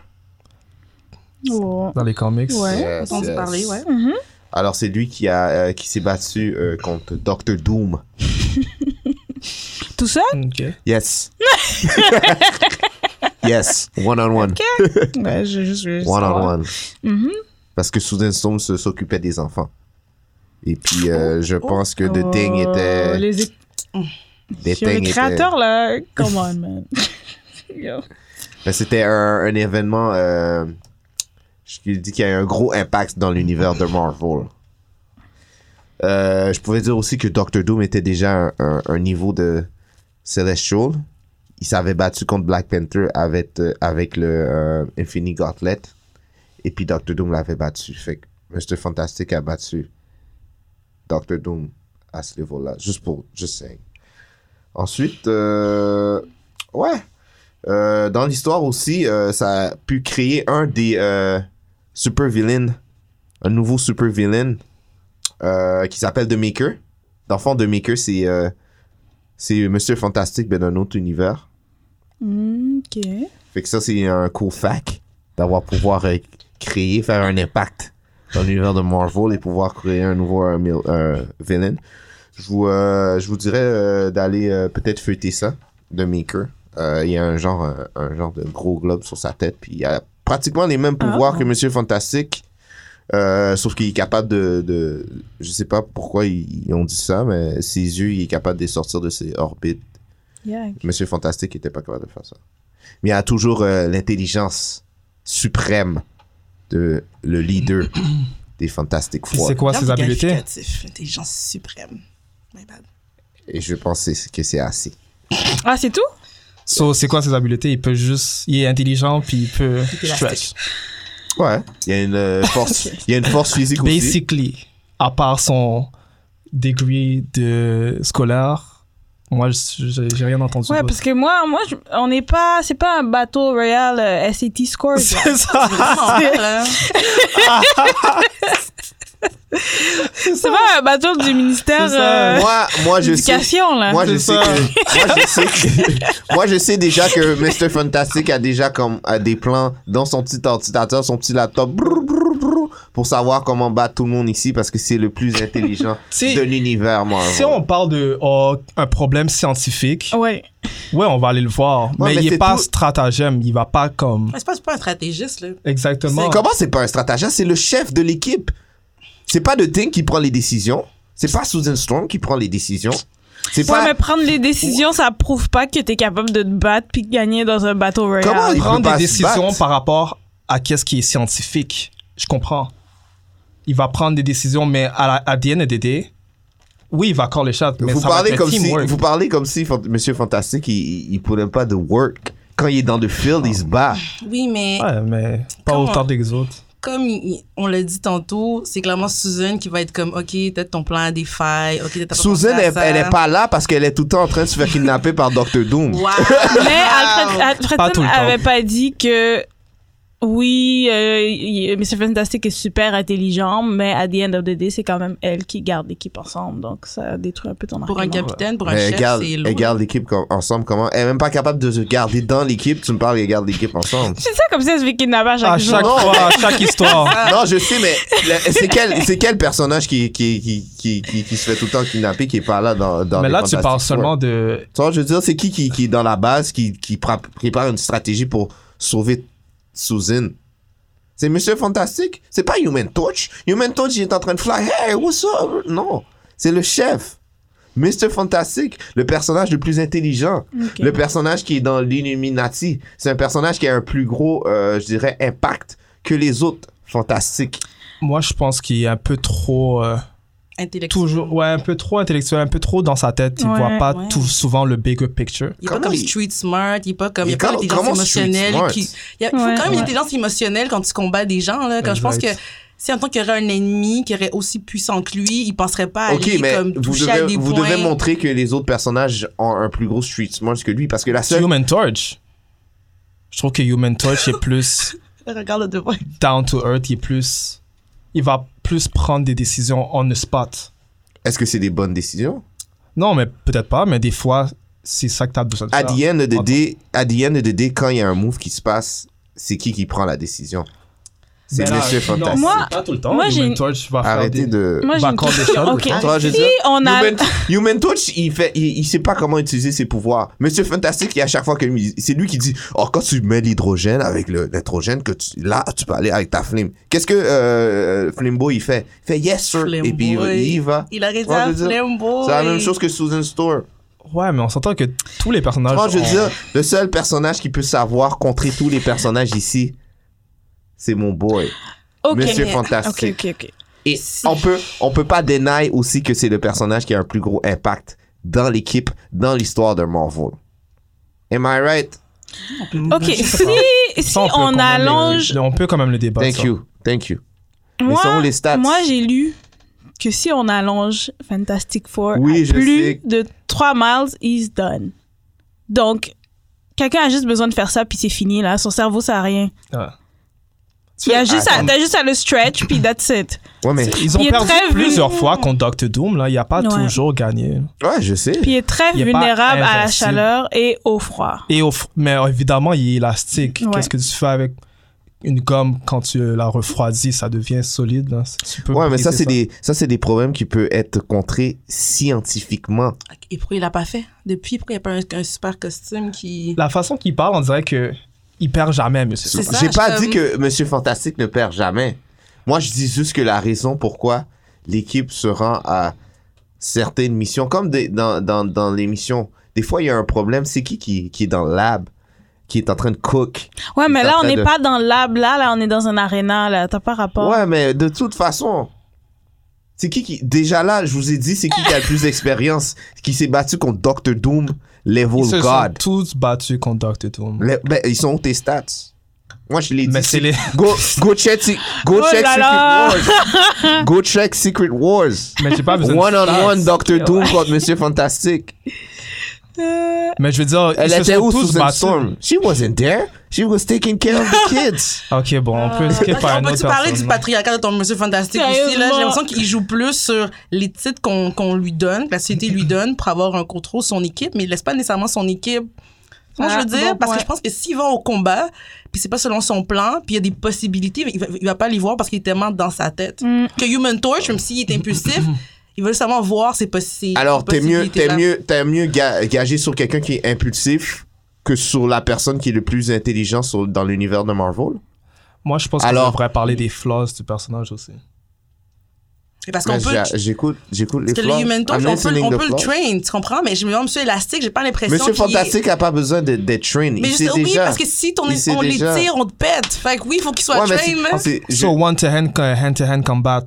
Oh.
Dans les comics.
Ouais.
Yes,
entendu
yes.
parler, ouais.
Mhm.
Alors, c'est lui qui, a, euh, qui s'est battu euh, contre Doctor Doom.
Tout ça?
Ok.
Yes. yes. One-on-one.
Ben, je juste. je-
One-on-one.
Mhm.
Parce que Susan Storm se- s'occupait des enfants. Et puis, euh, je pense que The Thing
Oh,
était...
Les, é-
The
sur les
Thing était-
créateurs, là. Come on, man. Yo.
Ben, c'était un, un événement euh, je qui dis qu'il y a eu un gros impact dans l'univers de Marvel. Euh, je pouvais dire aussi que Doctor Doom était déjà un, un- un niveau de Celestial. Il s'avait battu contre Black Panther avec, euh, avec le euh, Infinity Gauntlet. Et puis Doctor Doom l'avait battu. Fait que Mr. Fantastic a battu Doctor Doom à ce niveau-là. Juste pour, je sais. Ensuite, euh, ouais. Euh, dans l'histoire aussi, euh, ça a pu créer un des euh, super villains, un nouveau super villain euh, qui s'appelle The Maker. Dans le fond, The Maker, c'est euh, c'est Monsieur Fantastique, mais d'un autre univers.
Mm, Ok.
Fait que ça, c'est un cool fact d'avoir pouvoir euh, créer, faire un impact dans l'univers de Marvel et pouvoir créer un nouveau euh, mil- euh, villain. Je vous, euh, je vous dirais euh, d'aller euh, peut-être feuilleter ça de Maker. Euh, il y a un genre, euh, un genre de gros globe sur sa tête. Puis il a pratiquement les mêmes pouvoirs que Monsieur Fantastique. euh, sauf qu'il est capable de, de. Je sais pas pourquoi ils, ils ont dit ça, mais ses yeux, il est capable de les sortir de ses orbites.
Yeah.
Monsieur Fantastique n'était pas capable de faire ça. Mais il a toujours euh, l'intelligence suprême de le leader des Fantastic
Puis
Four.
C'est quoi ses
Bien
habiletés
qualificatif, Intelligence suprême. My bad.
Et je pense que c'est- que c'est assez.
Ah, c'est tout?
So, c'est quoi ses habiletés Il peut juste. Il est intelligent, puis il peut stretch.
élastique.
Ouais. Il y a une euh, force, il y a une force physique aussi.
Basically, à part son degré de scolaire, moi, je- je- j'ai rien entendu.
Ouais,
d'autre.
parce que moi, moi je- on n'est pas. C'est pas un Battle Royale euh, SAT score. genre.
C'est ça.
Ah,
c'est pas un Battle du ministère
C'est ça.
euh,
Moi, moi je sais.
d'éducation, là.
Moi je, sais
hein, c'est
que, moi, je sais que- moi, je sais déjà que Mr. Fantastic a déjà comme, a des plans dans son petit ordinateur, son petit laptop, brrr, brrr, brrr, pour savoir comment battre tout le monde ici parce que c'est le plus intelligent
Si-
de l'univers, moi.
Si on parle de oh, un problème scientifique,
Ouais.
ouais, on va aller le voir. mais,
Oh. mais
il
c'est
est pas
tout-
stratagème. Il va pas comme.
C'est pas, c'est pas un stratégiste, là.
Exactement.
Comment c'est pas un stratagème C'est le chef de l'équipe. C'est pas The Thing qui prend les décisions. C'est pas Susan Storm qui prend les décisions. C'est
Ouais,
pas.
mais prendre les décisions, ça prouve pas que t'es capable de te battre puis de gagner dans un Battle Royale.
Comment il peut
Ah, prendre
pas
des
se
décisions
battre?
par rapport à qu'est-ce qui est scientifique. Je comprends. Il va prendre des décisions, mais à, la, à the end of the day, oui, il va corps les chats, mais
vous
ça va
parlez
être le
comme si,
teamwork.
vous parlez comme si Fant- Monsieur Fantastique, il, il, il pourrait pas de work. Quand il est dans le field, il se bat.
Oui, mais
Ouais, mais pas
Comment?
autant que les autres.
comme il- il- on l'a dit tantôt, c'est clairement Susan qui va être comme, OK, peut-être ton plan a des failles. OK, t'as pas pensé
Susan,
à
elle,
ça.
elle est pas là parce qu'elle est tout le temps en train de se faire kidnapper par Dr. Doom.
Wow.
Mais Alfred, Alfredson
Pas tout le temps.
avait pas dit que oui, euh, il- Mr. Fantastic est super intelligent, mais à the end of the day, c'est quand même elle qui garde l'équipe ensemble. Donc, ça détruit un peu ton
Pour un
argument.
capitaine, pour un
Mais
chef,
elle garde,
c'est
elle
lourd.
garde l'équipe comme- ensemble comment Elle est même pas capable de se garder dans l'équipe. Tu me parles qu'elle garde l'équipe ensemble.
C'est ça comme ça, elle se fait kidnapper à chaque
À
jour.
chaque
Non,
fois, à chaque histoire.
Non, je sais, mais le- c'est quel, c'est quel personnage qui, qui, qui, qui, qui, qui se fait tout le temps kidnapper qui est pas là dans, dans
mais
les
là, tu
Fantastic
parles
Four?
seulement de.
Tu vois, je veux dire, c'est qui, qui qui est dans la base, qui, qui pra- prépare une stratégie pour sauver Susan? C'est Monsieur Fantastique? C'est pas Human Torch? Human Touch il est en train de fly. Hey, what's up? Non. C'est le chef. Mr. Fantastic, le personnage le plus intelligent,
Ok.
le personnage qui est dans l'Illuminati, c'est un personnage qui a un plus gros, euh, je dirais, impact que les autres fantastiques.
Moi, je pense qu'il est un peu trop. euh,
Intellectuel.
toujours. Ouais, un peu trop intellectuel, un peu trop dans sa tête. Il
Ouais,
voit pas
ouais.
tout souvent le bigger picture.
Il n'est pas
Comment
comme
il-
street smart, il n'est pas comme. Il y a
Il-
pas
comment-
d'intelligence
comment street
émotionnelle.
smart?
Qui... Il y a- faut
Ouais,
quand même
ouais.
une intelligence émotionnelle quand tu combats des gens. Là, quand je pense que
Exact.
si en tant qu'il y aurait un ennemi qui aurait aussi puissant que lui, il penserait pas à
Ok,
aller
mais
comme
vous
toucher à
devez,
des
vous
points.
devez montrer que les autres personnages ont un plus gros street smart que lui, parce que la seule...
Human Torch. Je trouve que Human Torch est plus
Regarde le devant.
down to earth, il est plus. Il va plus prendre des décisions on the spot.
Est-ce que c'est des bonnes décisions?
Non, mais peut-être pas, mais des fois, c'est ça que t'as besoin de
À
faire.
the, end of the
Attends.
day, at the end of the day, quand il y a un move qui se passe, c'est qui qui prend la décision? C'est
Ben là,
Monsieur
non,
Fantastique.
Moi-
c'est pas tout le temps.
moi, j'ai
Human
une-
Torch va faire
Arrêtez
des-
de...
Moi, j'ai
Bah,
une
quand des
question.
choses,
Ok.
des
fois.
Si
Ouais,
on a...
Human, Human Touch, il fait, il, il sait pas comment utiliser ses pouvoirs. Monsieur Fantastique, il, à chaque fois que il- c'est lui qui dit, oh quand tu mets l'hydrogène avec le- l'hydrogène que tu, là tu peux aller avec ta flemme. Qu'est-ce que euh, Flimbo il fait Il fait yes sir et puis il,
Flamboy.
il y va.
Il aurait dit
Ouais, je
à
veux dire,
Flambeau.
C'est la même chose que Susan Store.
Ouais, mais on s'entend que tous les personnages.
Franchement, Ah, je veux
ont-
dire, le seul personnage qui peut savoir contrer tous les personnages ici, c'est mon boy,
Ok.
Monsieur
Ok,
Fantastique.
ok, ok.
Et on peut, on peut pas deny aussi que c'est le personnage qui a un plus gros impact dans l'équipe, dans l'histoire de Marvel. Am I right?
Ok,
Je sais
si,
pas.
si
Ça, peut quand
on
même
allonge...
le- on peut quand même le débattre.
Thank
ça.
you. Thank you. Mais selon
Moi,
les stats.
moi j'ai lu que si on allonge Fantastic Four
Oui,
à
je
plus
sais.
de 3 miles, he's done. Donc, quelqu'un a juste besoin de faire ça, puis c'est fini, là. Son cerveau, ça a rien.
Ouais.
Il a juste à,
Attends.
t'as juste à le stretch, puis that's it.
Ouais, mais.
Ils ont
Il est
perdu
très
plusieurs fois contre Doctor Doom, là. Il n'a pas
Ouais.
toujours gagné.
Ouais, je sais.
Puis il est très
Il est pas
vulnérable à la
invincible.
chaleur et au froid.
Et au f- mais évidemment, il est élastique.
Ouais.
Qu'est-ce que tu fais avec une gomme quand tu la refroidis Ça devient solide. Là. Tu peux
Ouais, mais ça,
briser
c'est des, ça, c'est des problèmes qui peuvent être contrés scientifiquement.
Et pourquoi il l'a pas fait Depuis, pourquoi il n'y a pas un, un super costume qui.
La façon qu'il parle, on dirait que il perd jamais, monsieur.
C'est ça,
J'ai
je
pas
suis
dit que Monsieur Fantastique ne perd jamais. Moi, je dis juste que la raison pourquoi l'équipe se rend à certaines missions, comme des- dans, dans, dans les missions, des fois, il y a un problème. C'est qui, qui qui est dans le lab, qui est en train de cook?
Ouais, mais
est
là,
en
on
train
n'est
de-
pas dans le lab, là, là, on est dans un aréna, là. T'as pas rapport.
Ouais, mais de toute façon, c'est qui qui. Déjà là, je vous ai dit, c'est qui qui a le plus d'expérience, qui s'est battu contre Doctor Doom, Level
Ils se
God.
sont tous battus contre Doctor Doom.
Le- ben, ils sont où tes stats? Moi, je l'ai dit.
Mais Ben, c'est les.
Go, go check, se- go
Oh
check
là
Secret
là.
Wars. Go check Secret Wars.
Mais j'ai pas besoin
One
de
on
stats.
one, Doctor
Ouais.
Doom contre Monsieur Fantastique.
Mais je veux dire,
Elle
ils se
était
sont
où
tous
Susan
battus.
Storm? She wasn't there. She was taking care of the kids.
Ok, bon, on peut skipper
Ah. Ok,
à
on
un
peut-tu
autre
parler du
personnage.
patriarcat de ton monsieur fantastique aussi? Là,
Sérieusement.
j'ai l'impression qu'il joue plus sur les titres qu'on qu'on lui donne, que la société lui donne pour avoir un contrôle sur son équipe, mais il laisse pas nécessairement son équipe. Moi,
Ah,
je veux dire,
bon
parce
point.
que je pense que s'il va au combat, puis c'est pas selon son plan, puis il y a des possibilités, il va, il va pas les voir parce qu'il est tellement dans sa tête.
Mm.
Que Human Torch, même s'il est impulsif, il veut seulement voir ses, possi-
Alors, t'es mieux,
possibilités.
t'es mieux, t'es mieux ga- gager sur quelqu'un qui est impulsif que sur la personne qui est le plus intelligent sur- dans l'univers de Marvel.
Moi, je pense qu'on
Alors-
devrait parler des flaws du personnage aussi.
Parce qu'on
Mais
peut.
Ben, j'a- J'écoute, j'écoute les
Parce que
flaws.
le Human Torch,
I'm
on peut,
listening
on
the
peut le
flaws.
train, tu comprends? Mais je me demande, monsieur élastique, j'ai pas l'impression.
Monsieur
qu'il est-
Fantastique a pas besoin d'être d'être trained.
Mais
Il sait
juste, oui,
déjà.
parce que si ton,
Il sait
on les
déjà.
tire, on te pète. Fait que oui, il faut qu'il soit hein.
Ouais, mais
train,
c'est-
là.
Ah, c'est- je-
So, one-to-hand, hand-to-hand combat.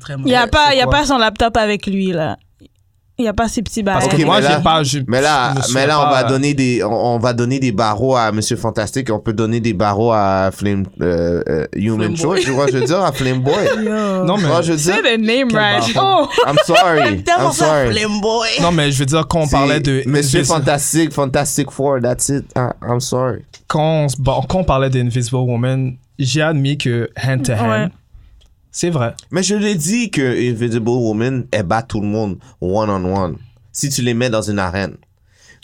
Vraiment.
Il n'y a, pas,
c'est
il y a
quoi?
pas son laptop avec lui, là. Il n'y a pas ses petits bails.
Parce
Ok,
que moi,
mais là-
j'ai pas. j'ai-
Mais là,
je me
mais
souviens
là, on
pas,
va
euh,
donner des, on, on va donner des barreaux à Monsieur Fantastique. On peut donner des barreaux à Flame, euh, euh, Human
Flame
Torch.
Boy.
Je vois, je veux dire à Flame Boy.
Yo.
Non,
Tu
mais,
vois, Oh. Ah, je veux dire,
Say the Oh. name
Quel
right. Oh,
bâtard.
I'm sorry,
Tellement
I'm
ça,
sorry.
Flamboy.
non, mais je veux dire, quand on
C'est
parlait de.
Monsieur
Invis-
Fantastic, Fantastic Four, that's it. I- I'm sorry.
quand, on, se ba- quand on parlait d'Invisible Woman, j'ai admis que hand-to-hand,
Ouais.
c'est vrai.
Mais je l'ai dit que Invisible Woman, elle bat tout le monde one on one. Si tu les mets dans une arène.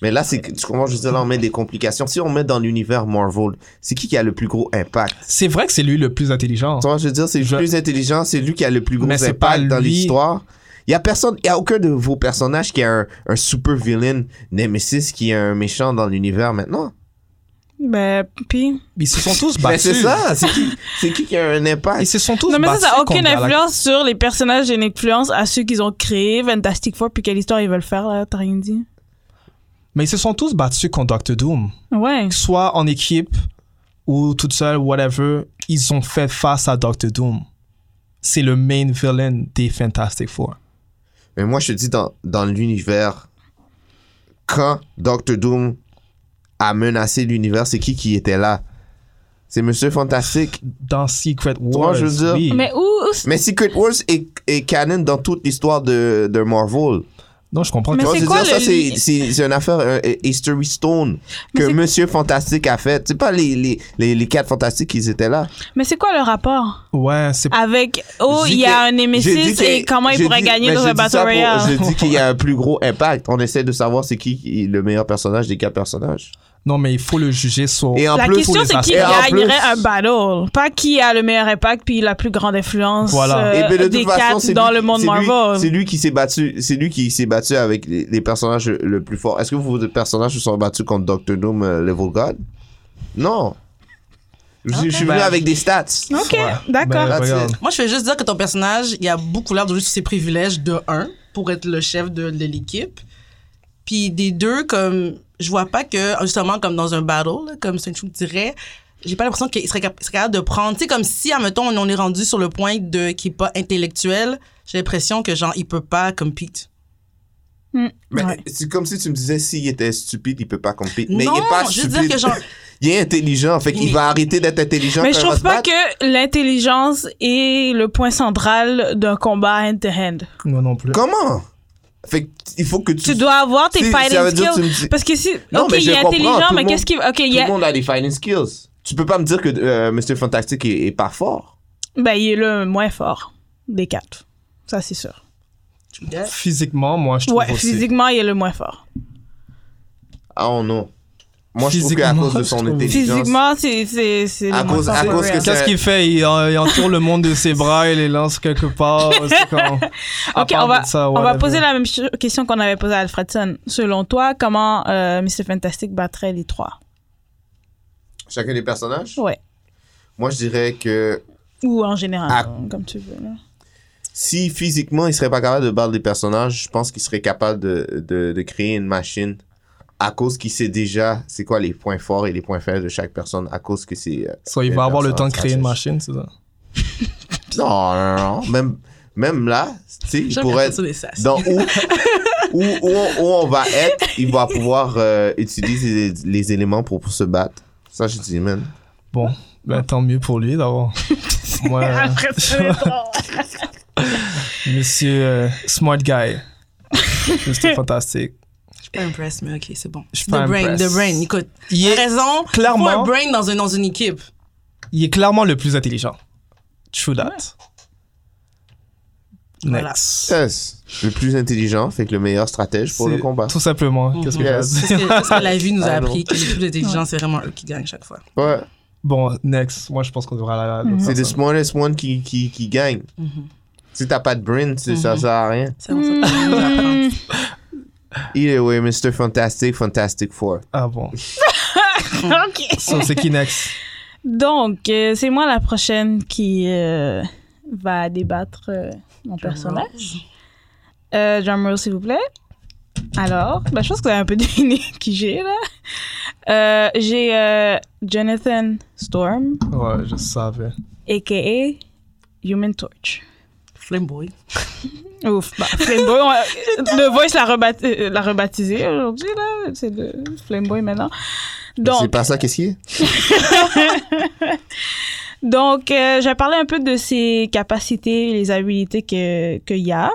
Mais là, c'est que- tu comprends, je veux dire, là, on met des complications. Si on met dans l'univers Marvel, c'est qui qui a le plus gros impact?
C'est vrai que c'est lui le plus intelligent.
Tu vois, je veux dire, c'est le
Je-
plus intelligent, c'est lui qui a le plus gros
Mais c'est
impact
pas
dans
lui.
l'histoire. Il y a personne, il y a aucun de vos personnages qui a un, un super villain Nemesis qui est un méchant dans l'univers maintenant.
Ben, puis.
Ils se sont tous
Ben,
battus.
c'est ça. C'est qui, c'est qui qui a un
Bah, Ils
impact?
se sont tous
Non, mais ça,
battus.
ça n'a aucune
contre Galactus.
influence sur les personnages et une influence à ceux qu'ils ont créés, Fantastic Four, puis quelle histoire ils veulent faire, là, t'as rien dit.
Mais ils se sont tous battus contre Doctor Doom.
Ouais.
Soit en équipe ou toute seule, whatever, ils ont fait face à Doctor Doom. C'est le main villain des Fantastic Four.
Mais moi, je te dis, dans, dans l'univers, quand Doctor Doom a menacé l'univers, c'est qui qui était là? C'est Monsieur Fantastique.
Dans Secret Wars,
Toi, je veux dire-
oui.
Mais où, où c'est-
Mais Secret Wars est, est canon dans toute l'histoire de, de Marvel.
Non, je comprends.
Mais
Tu vois,
c'est
je veux
quoi
dire, ça,
le
c'est-
li-
c'est c'est une affaire, euh, euh, History Stone,
Mais
que
c'est-
Monsieur Fantastique a fait. C'est pas les, les, les, les quatre fantastiques qui étaient là.
mais c'est quoi le rapport
Ouais, c'est
avec oh,
J'ai
il
dit
y a un
que- j'ai dit
Nemesis
que-
et comment il
j'ai
pourrait
dit-
gagner
mais
dans
j'ai
un
dit
Battle
ça pour-
Royale?
Je dis qu'il y a un plus gros impact. On essaie de savoir c'est qui qui est le meilleur personnage des quatre personnages.
Non, mais il faut le juger sur.
Et en
La
plus,
question,
les
c'est qui
aspects.
Et en
gagnerait
plus-
un battle, pas qui a le meilleur impact puis la plus grande influence
Voilà.
euh,
Et puis, Eh ben, de
des
toute façon,
quatre
c'est
dans
lui-
le monde
c'est lui-
Marvel.
C'est lui qui s'est battu. C'est lui qui s'est battu avec les, les personnages le plus fort. Est-ce que vos personnages se sont battus contre Doctor Doom, euh, Level God Non.
Ah,
Je, je suis venu
bah,
Ben-
avec des stats.
Ok,
Ouais.
d'accord.
Ben, regarde.
Moi, je vais juste dire que ton personnage, il a beaucoup l'air de jouer sur ses privilèges de un, pour être le chef de, de l'équipe. Puis des deux, comme, je vois pas que, justement, comme dans un battle, là, comme Sun Chu dirait, j'ai pas l'impression qu'il serait, cap- serait capable de prendre. Tu sais, comme si, admettons, on est rendu sur le point de qui est pas intellectuel, j'ai l'impression que, genre, il peut pas compete.
Hmm,
Mais euh,
ouais.
c'est comme si tu me disais s'il était stupide, il peut pas compter. Mais
non,
il est pas
je veux
stupide.
dire que, genre,
Il est intelligent, fait qu'il
Mais-
va arrêter d'être intelligent.
Mais
quand
je
il va
trouve
se
pas
battre.
que l'intelligence est le point central d'un combat hand-to-hand.
Moi non plus.
Comment Fait qu'il faut que tu.
Tu dois avoir tes
Si, ça
fighting
veut dire que tu me
skills.
dis-
Parce que si.
Non,
ok,
mais je
il est
comprends,
intelligent,
tout
mais
le
qu'est-ce qu'il. Ok, il
Tout
y a.
le monde a des fighting skills. Tu peux pas me dire que euh, Mr. Fantastic est, est pas fort.
Ben, il est le moins fort des quatre. Ça, c'est sûr.
Physiquement, moi, je trouve
Ouais,
aussi.
physiquement, il est le moins fort.
Ah oh non. Moi, je trouve qu'à
Physiquement,
cause de
je
son
trouve-
intelligence.
Physiquement, c'est. c'est- c'est
À
le moins
cause-
fort,
à
for
cause
real.
que
Qu'est-ce qu'il fait il, euh, il entoure le monde de ses bras, il les lance quelque part. c'est comme- à
Ok,
part
on va,
de ça,
on va
whatever.
poser la même cho- question qu'on avait posée à Alfredson. Selon toi, comment euh, Mr. Fantastic battrait les trois
Chacun des personnages
Ouais.
Moi, je dirais que
Ou en général,
Ah.
euh, comme tu veux. là.
si physiquement il serait pas capable de battre des personnages, je pense qu'il serait capable de, de, de créer une machine à cause qu'il sait déjà c'est quoi les points forts et les points faibles de chaque personne à cause que c'est. euh,
Soit il
les
va avoir le
personnes
temps de créer une
fragiles.
machine, c'est ça.
Non, non, non, non. Même, même là, tu sais, il
j'aime
pourrait
bien
être
ça des sas.
dans où, où, où on, où on va être, il va pouvoir euh, utiliser les, les éléments pour, pour se battre. Ça, je dis, man.
Bon, ben, tant mieux pour lui d'avoir. Moi, euh,
Alfredson est trop-
monsieur euh, Smart Guy. C'était fantastique.
Je suis pas impressed, mais ok, c'est bon.
Je suis
the
pas
brain,
impressed.
the brain, écoute.
Il
T'as
est,
raison,
clairement-
clairement. un brain dans une, dans une équipe.
il est clairement le plus intelligent. True that.
Voilà.
Next.
Yes. Le plus intelligent, fait que le meilleur stratège pour le
C'est
combat.
Tout simplement. Qu'est-ce que
Mhm.
j'ai à
Yes.
dire?
Mm-hmm. C'est ce que- c'est ce que la vie nous a
Ah non.
appris, que les plus intelligents, c'est vraiment eux qui gagnent chaque fois.
Ouais.
Bon, next. Moi, je pense qu'on devrait aller à
Mhm.
l'autre
C'est the
personne.
smartest one qui, qui, qui gagne. Si t'as pas de brain, c'est- ça sert à rien.
C'est vraiment ça qu'on nous apprend.
Either way, Mr. Fantastic, Fantastic Four.
Ah bon.
Hmm, ok.
So, c'est qui next?
Donc, euh, c'est moi la prochaine qui euh, va débattre euh, mon personnage. Euh, Drumroll, s'il vous plaît. Alors, bah, je pense que vous avez un peu deviné qui j'ai là. Euh, j'ai euh, Jonathan Storm,
Ouais, je savais.
a.k.a. Human Torch.
Flamboy.
Ouf, bah, Flameboy, on- le Voice l'a rebat- euh, l'a rebaptisé aujourd'hui, là. C'est le Flameboy maintenant.
C'est
Donc,
pas ça qu'est-ce qu'il est?
Donc, euh, je vais parler un peu de ses capacités, les habilités que qu'il y a.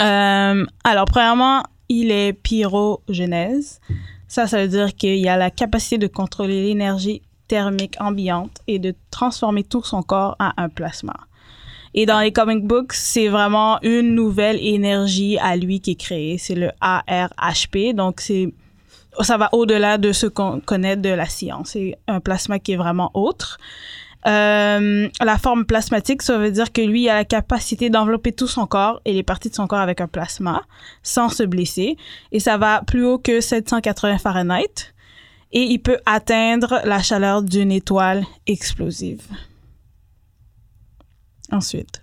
Euh, alors, premièrement, il est pyrogenèse. Ça, ça veut dire qu'il a la capacité de contrôler l'énergie thermique ambiante et de transformer tout son corps en un plasma. Et dans les comic books, c'est vraiment une nouvelle énergie à lui qui est créée. C'est le ARHP. Donc, c'est ça va au-delà de ce qu'on connaît de la science. C'est un plasma qui est vraiment autre. Euh, la forme plasmatique, ça veut dire que lui a la capacité d'envelopper tout son corps et les parties de son corps avec un plasma sans se blesser. Et ça va plus haut que 780 Fahrenheit. et il peut atteindre la chaleur d'une étoile explosive. Ensuite.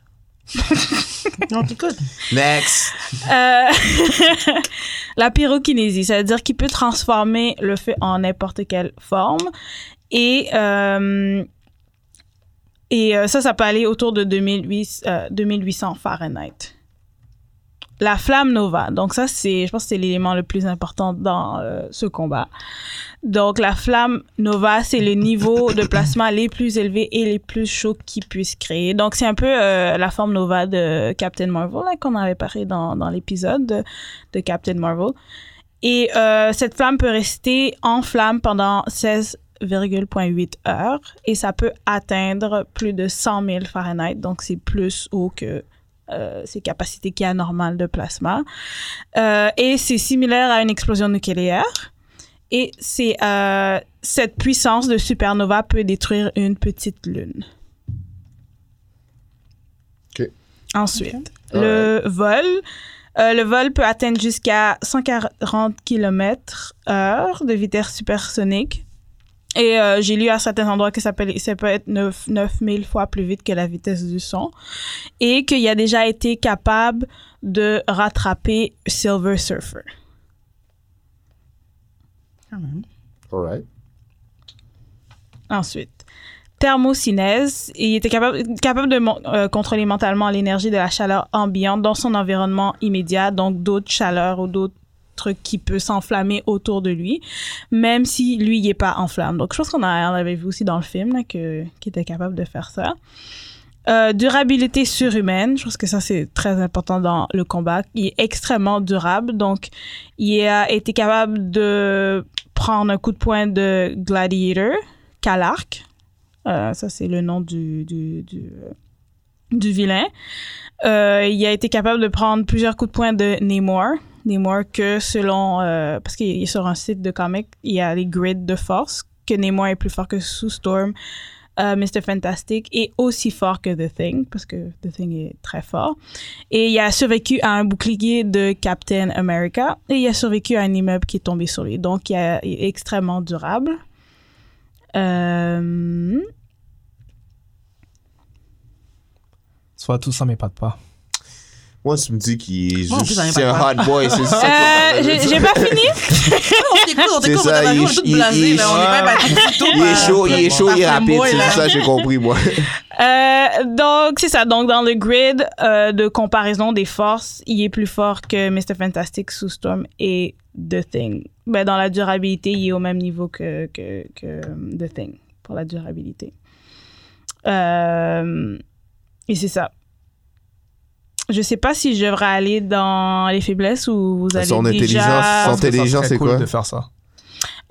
Non, t'écoutes.
Next!
Euh, la pyrokinésie, c'est-à-dire qu'il peut transformer le feu en n'importe quelle forme. Et, euh, et euh, ça, ça peut aller autour de 2800, euh, 2800 Fahrenheit. La flamme nova, donc ça, c'est, je pense que c'est l'élément le plus important dans euh, ce combat. Donc la flamme nova, c'est les niveaux de plasma les plus élevés et les plus chauds qu'ils puissent créer. Donc c'est un peu euh, la forme nova de Captain Marvel là, qu'on avait parlé dans, dans l'épisode de, de Captain Marvel. Et euh, cette flamme peut rester en flamme pendant 16,8 heures et ça peut atteindre plus de 100 000 Fahrenheit, donc c'est plus haut que euh, ses capacités qu'il y a normales de plasma. Euh, et c'est similaire à une explosion nucléaire. Et c'est euh, cette puissance de supernova peut détruire une petite lune.
Ok.
Ensuite, le vol. Euh, le vol peut atteindre jusqu'à 140 km heure de vitesse supersonique. Et euh, j'ai lu à certains endroits que ça peut, ça peut être 9, 9000 fois plus vite que la vitesse du son. Et qu'il a déjà été capable de rattraper Silver Surfer.
Alright.
Ensuite, thermocinèse. Il était capable, capable de mon- euh, contrôler mentalement l'énergie de la chaleur ambiante dans son environnement immédiat, donc d'autres chaleurs ou d'autres trucs qui peut s'enflammer autour de lui, même si lui, il n'est pas en flamme. Donc, je pense qu'on a- on avait vu aussi dans le film là, que, qu'il était capable de faire ça. Euh, durabilité surhumaine, je pense que ça c'est très important dans le combat. Il est extrêmement durable, donc il a été capable de prendre un coup de poing de Gladiator, Calarc, euh, ça, c'est le nom du, du, du, euh, du vilain. Euh, il a été capable de prendre plusieurs coups de poing de Namor. Namor que selon... euh, parce qu'il est sur un site de comics, il y a les grids de force, que Namor est plus fort que Sue Storm, euh, Mr. Fantastic, et aussi fort que The Thing, parce que The Thing est très fort. Et il a survécu à un bouclier de Captain America, et il a survécu à un immeuble qui est tombé sur lui. Donc, il, a- il est extrêmement durable. Euh,
Soit tout ça m'épate pas.
Moi, tu me dis qu'il est
Moi, en plus,
juste.
j'en ai
C'est
pas
un hot boy, c'est ça.
Euh,
qu'on
j'ai
appelle
j'ai pas fini.
On t'écoute, on
C'est
t'écoute, on
ça,
est
il-
arrivé, on est tous
il-
blasés,
il-
là, on est même à
ça. Il est chaud, il est chaud, il est rapide. C'est
là.
ça, j'ai compris, moi.
Euh, donc, c'est ça. Donc, dans le grid euh, de comparaison des forces, il est plus fort que Mr. Fantastic, Sue Storm et The Thing. Ben, dans la durabilité, il est au même niveau que, que, que euh, The Thing pour la durabilité. Euh, et c'est ça. Je sais pas si je devrais aller dans les faiblesses ou vous allez
Son intelligence,
déjà...
son
Parce que ça
intelligence,
serait
c'est
cool
quoi?
de faire ça.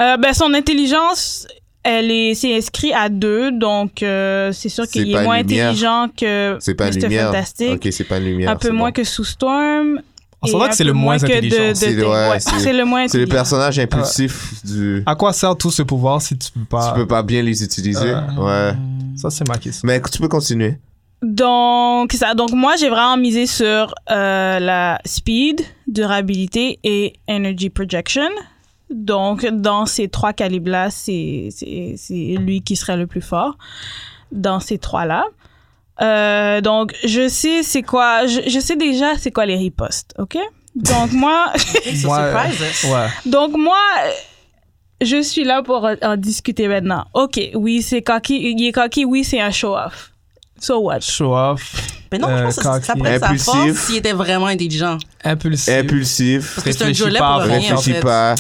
Euh, ben, son intelligence, elle est, c'est inscrit à deux, donc euh, c'est sûr
C'est
qu'il
pas
est
une
moins
lumière.
intelligent que
C'est pas une
Mr.
lumière.
Fantastic.
Ok, c'est pas une lumière.
un peu
c'est
moins
bon.
que Sue Storm.
On
et
s'entend
un
que c'est
peu
le moins
que de-
intelligent.
de-
C'est-
de-
ouais,
ouais,
c'est-
c'est le moins
C'est le
intelligent.
personnage impulsif du.
À quoi sert tout ce pouvoir si tu peux pas. euh,
Tu peux pas bien les utiliser.
Ah.
Ouais.
Ça, c'est ma question.
Mais tu peux continuer.
Donc, ça, donc moi, j'ai vraiment misé sur euh, la speed, durabilité et energy projection. Donc, dans ces trois calibres-là, c'est c'est- c'est lui qui serait le plus fort dans ces trois-là. Euh, donc, je sais c'est quoi, je, je sais déjà c'est quoi les ripostes, ok? Donc, moi,
Moi, euh,
surprise.
hein.
Ouais.
donc moi, euh, je suis là pour en, en discuter maintenant. Ok, oui, c'est cocky, il est cocky, oui, c'est un show-off. So what?
Show off,
Mais non, je pense que ça- ça
cocky.
prend sa
Impulsif.
force s'il était vraiment intelligent.
impulsif.
Impulsif.
Parce que c'est un
Réfléchis
jolet
pas,
pour rien, en
Réfléchis
fait.
pas.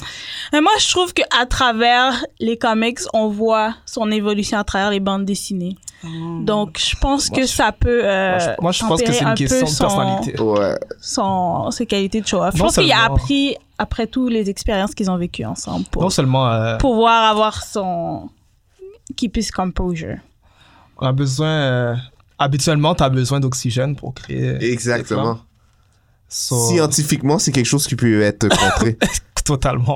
Mais moi, je trouve que à travers les comics, on voit son évolution à travers les bandes dessinées.
Oh.
Donc, je pense
Moi,
que
je-
ça peut. euh,
Moi, je- Moi, je pense que
tempérer
c'est
un
une
peu
question de
son-
personnalité.
Ouais.
son- ses qualités de show-off. Je
Non
pense qu'il a
seulement-
appris après toutes les expériences qu'ils ont vécues ensemble pour
Non seulement euh,
pouvoir avoir son. qui puisse composure.
on a besoin. euh, habituellement, tu as besoin d'oxygène pour créer.
Exactement.
So-
Scientifiquement, c'est quelque chose qui peut être contré.
totalement.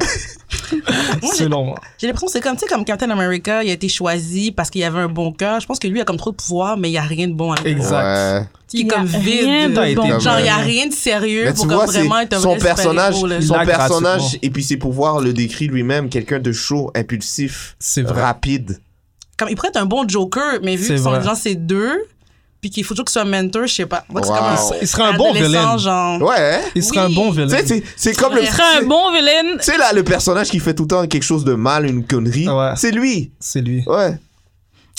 Selon moi.
J'ai l'impression que c'est comme, tu sais, comme Captain America, il a été choisi parce qu'il avait un bon cœur. Je pense que lui, il a comme trop de pouvoir, mais il n'y a rien de bon à lui.
Exact.
Ouais.
Il est
y a
comme
rien
vide.
de
T'as
bon.
été-
Genre, il n'y a rien de sérieux
euh, Mais
pour
tu
comme
vois, c'est
vraiment être un
son
vrai
personnage,
super-héros, là.
il
son
a
personnage
gratuitement.
et puis ses pouvoirs le décrit lui-même, quelqu'un de chaud, impulsif,
C'est vrai.
rapide.
Comme, il pourrait être un bon Joker, mais vu
C'est
que son
vrai.
genre, c'est deux, puis qu'il faut toujours qu'il soit un mentor, je sais pas. Moi, c'est
Wow.
comme un
Il-
il serait un bon
adolescent,
vilain.
genre.
Ouais. hein?
Il serait
Oui.
un bon
Tu
vilain.
sais, c'est- c'est comme le
Il
Ce serait un bon vilain.
Tu sais là, le personnage qui fait tout le temps quelque chose de mal, une connerie,
Ouais.
c'est lui.
C'est lui.
Ouais.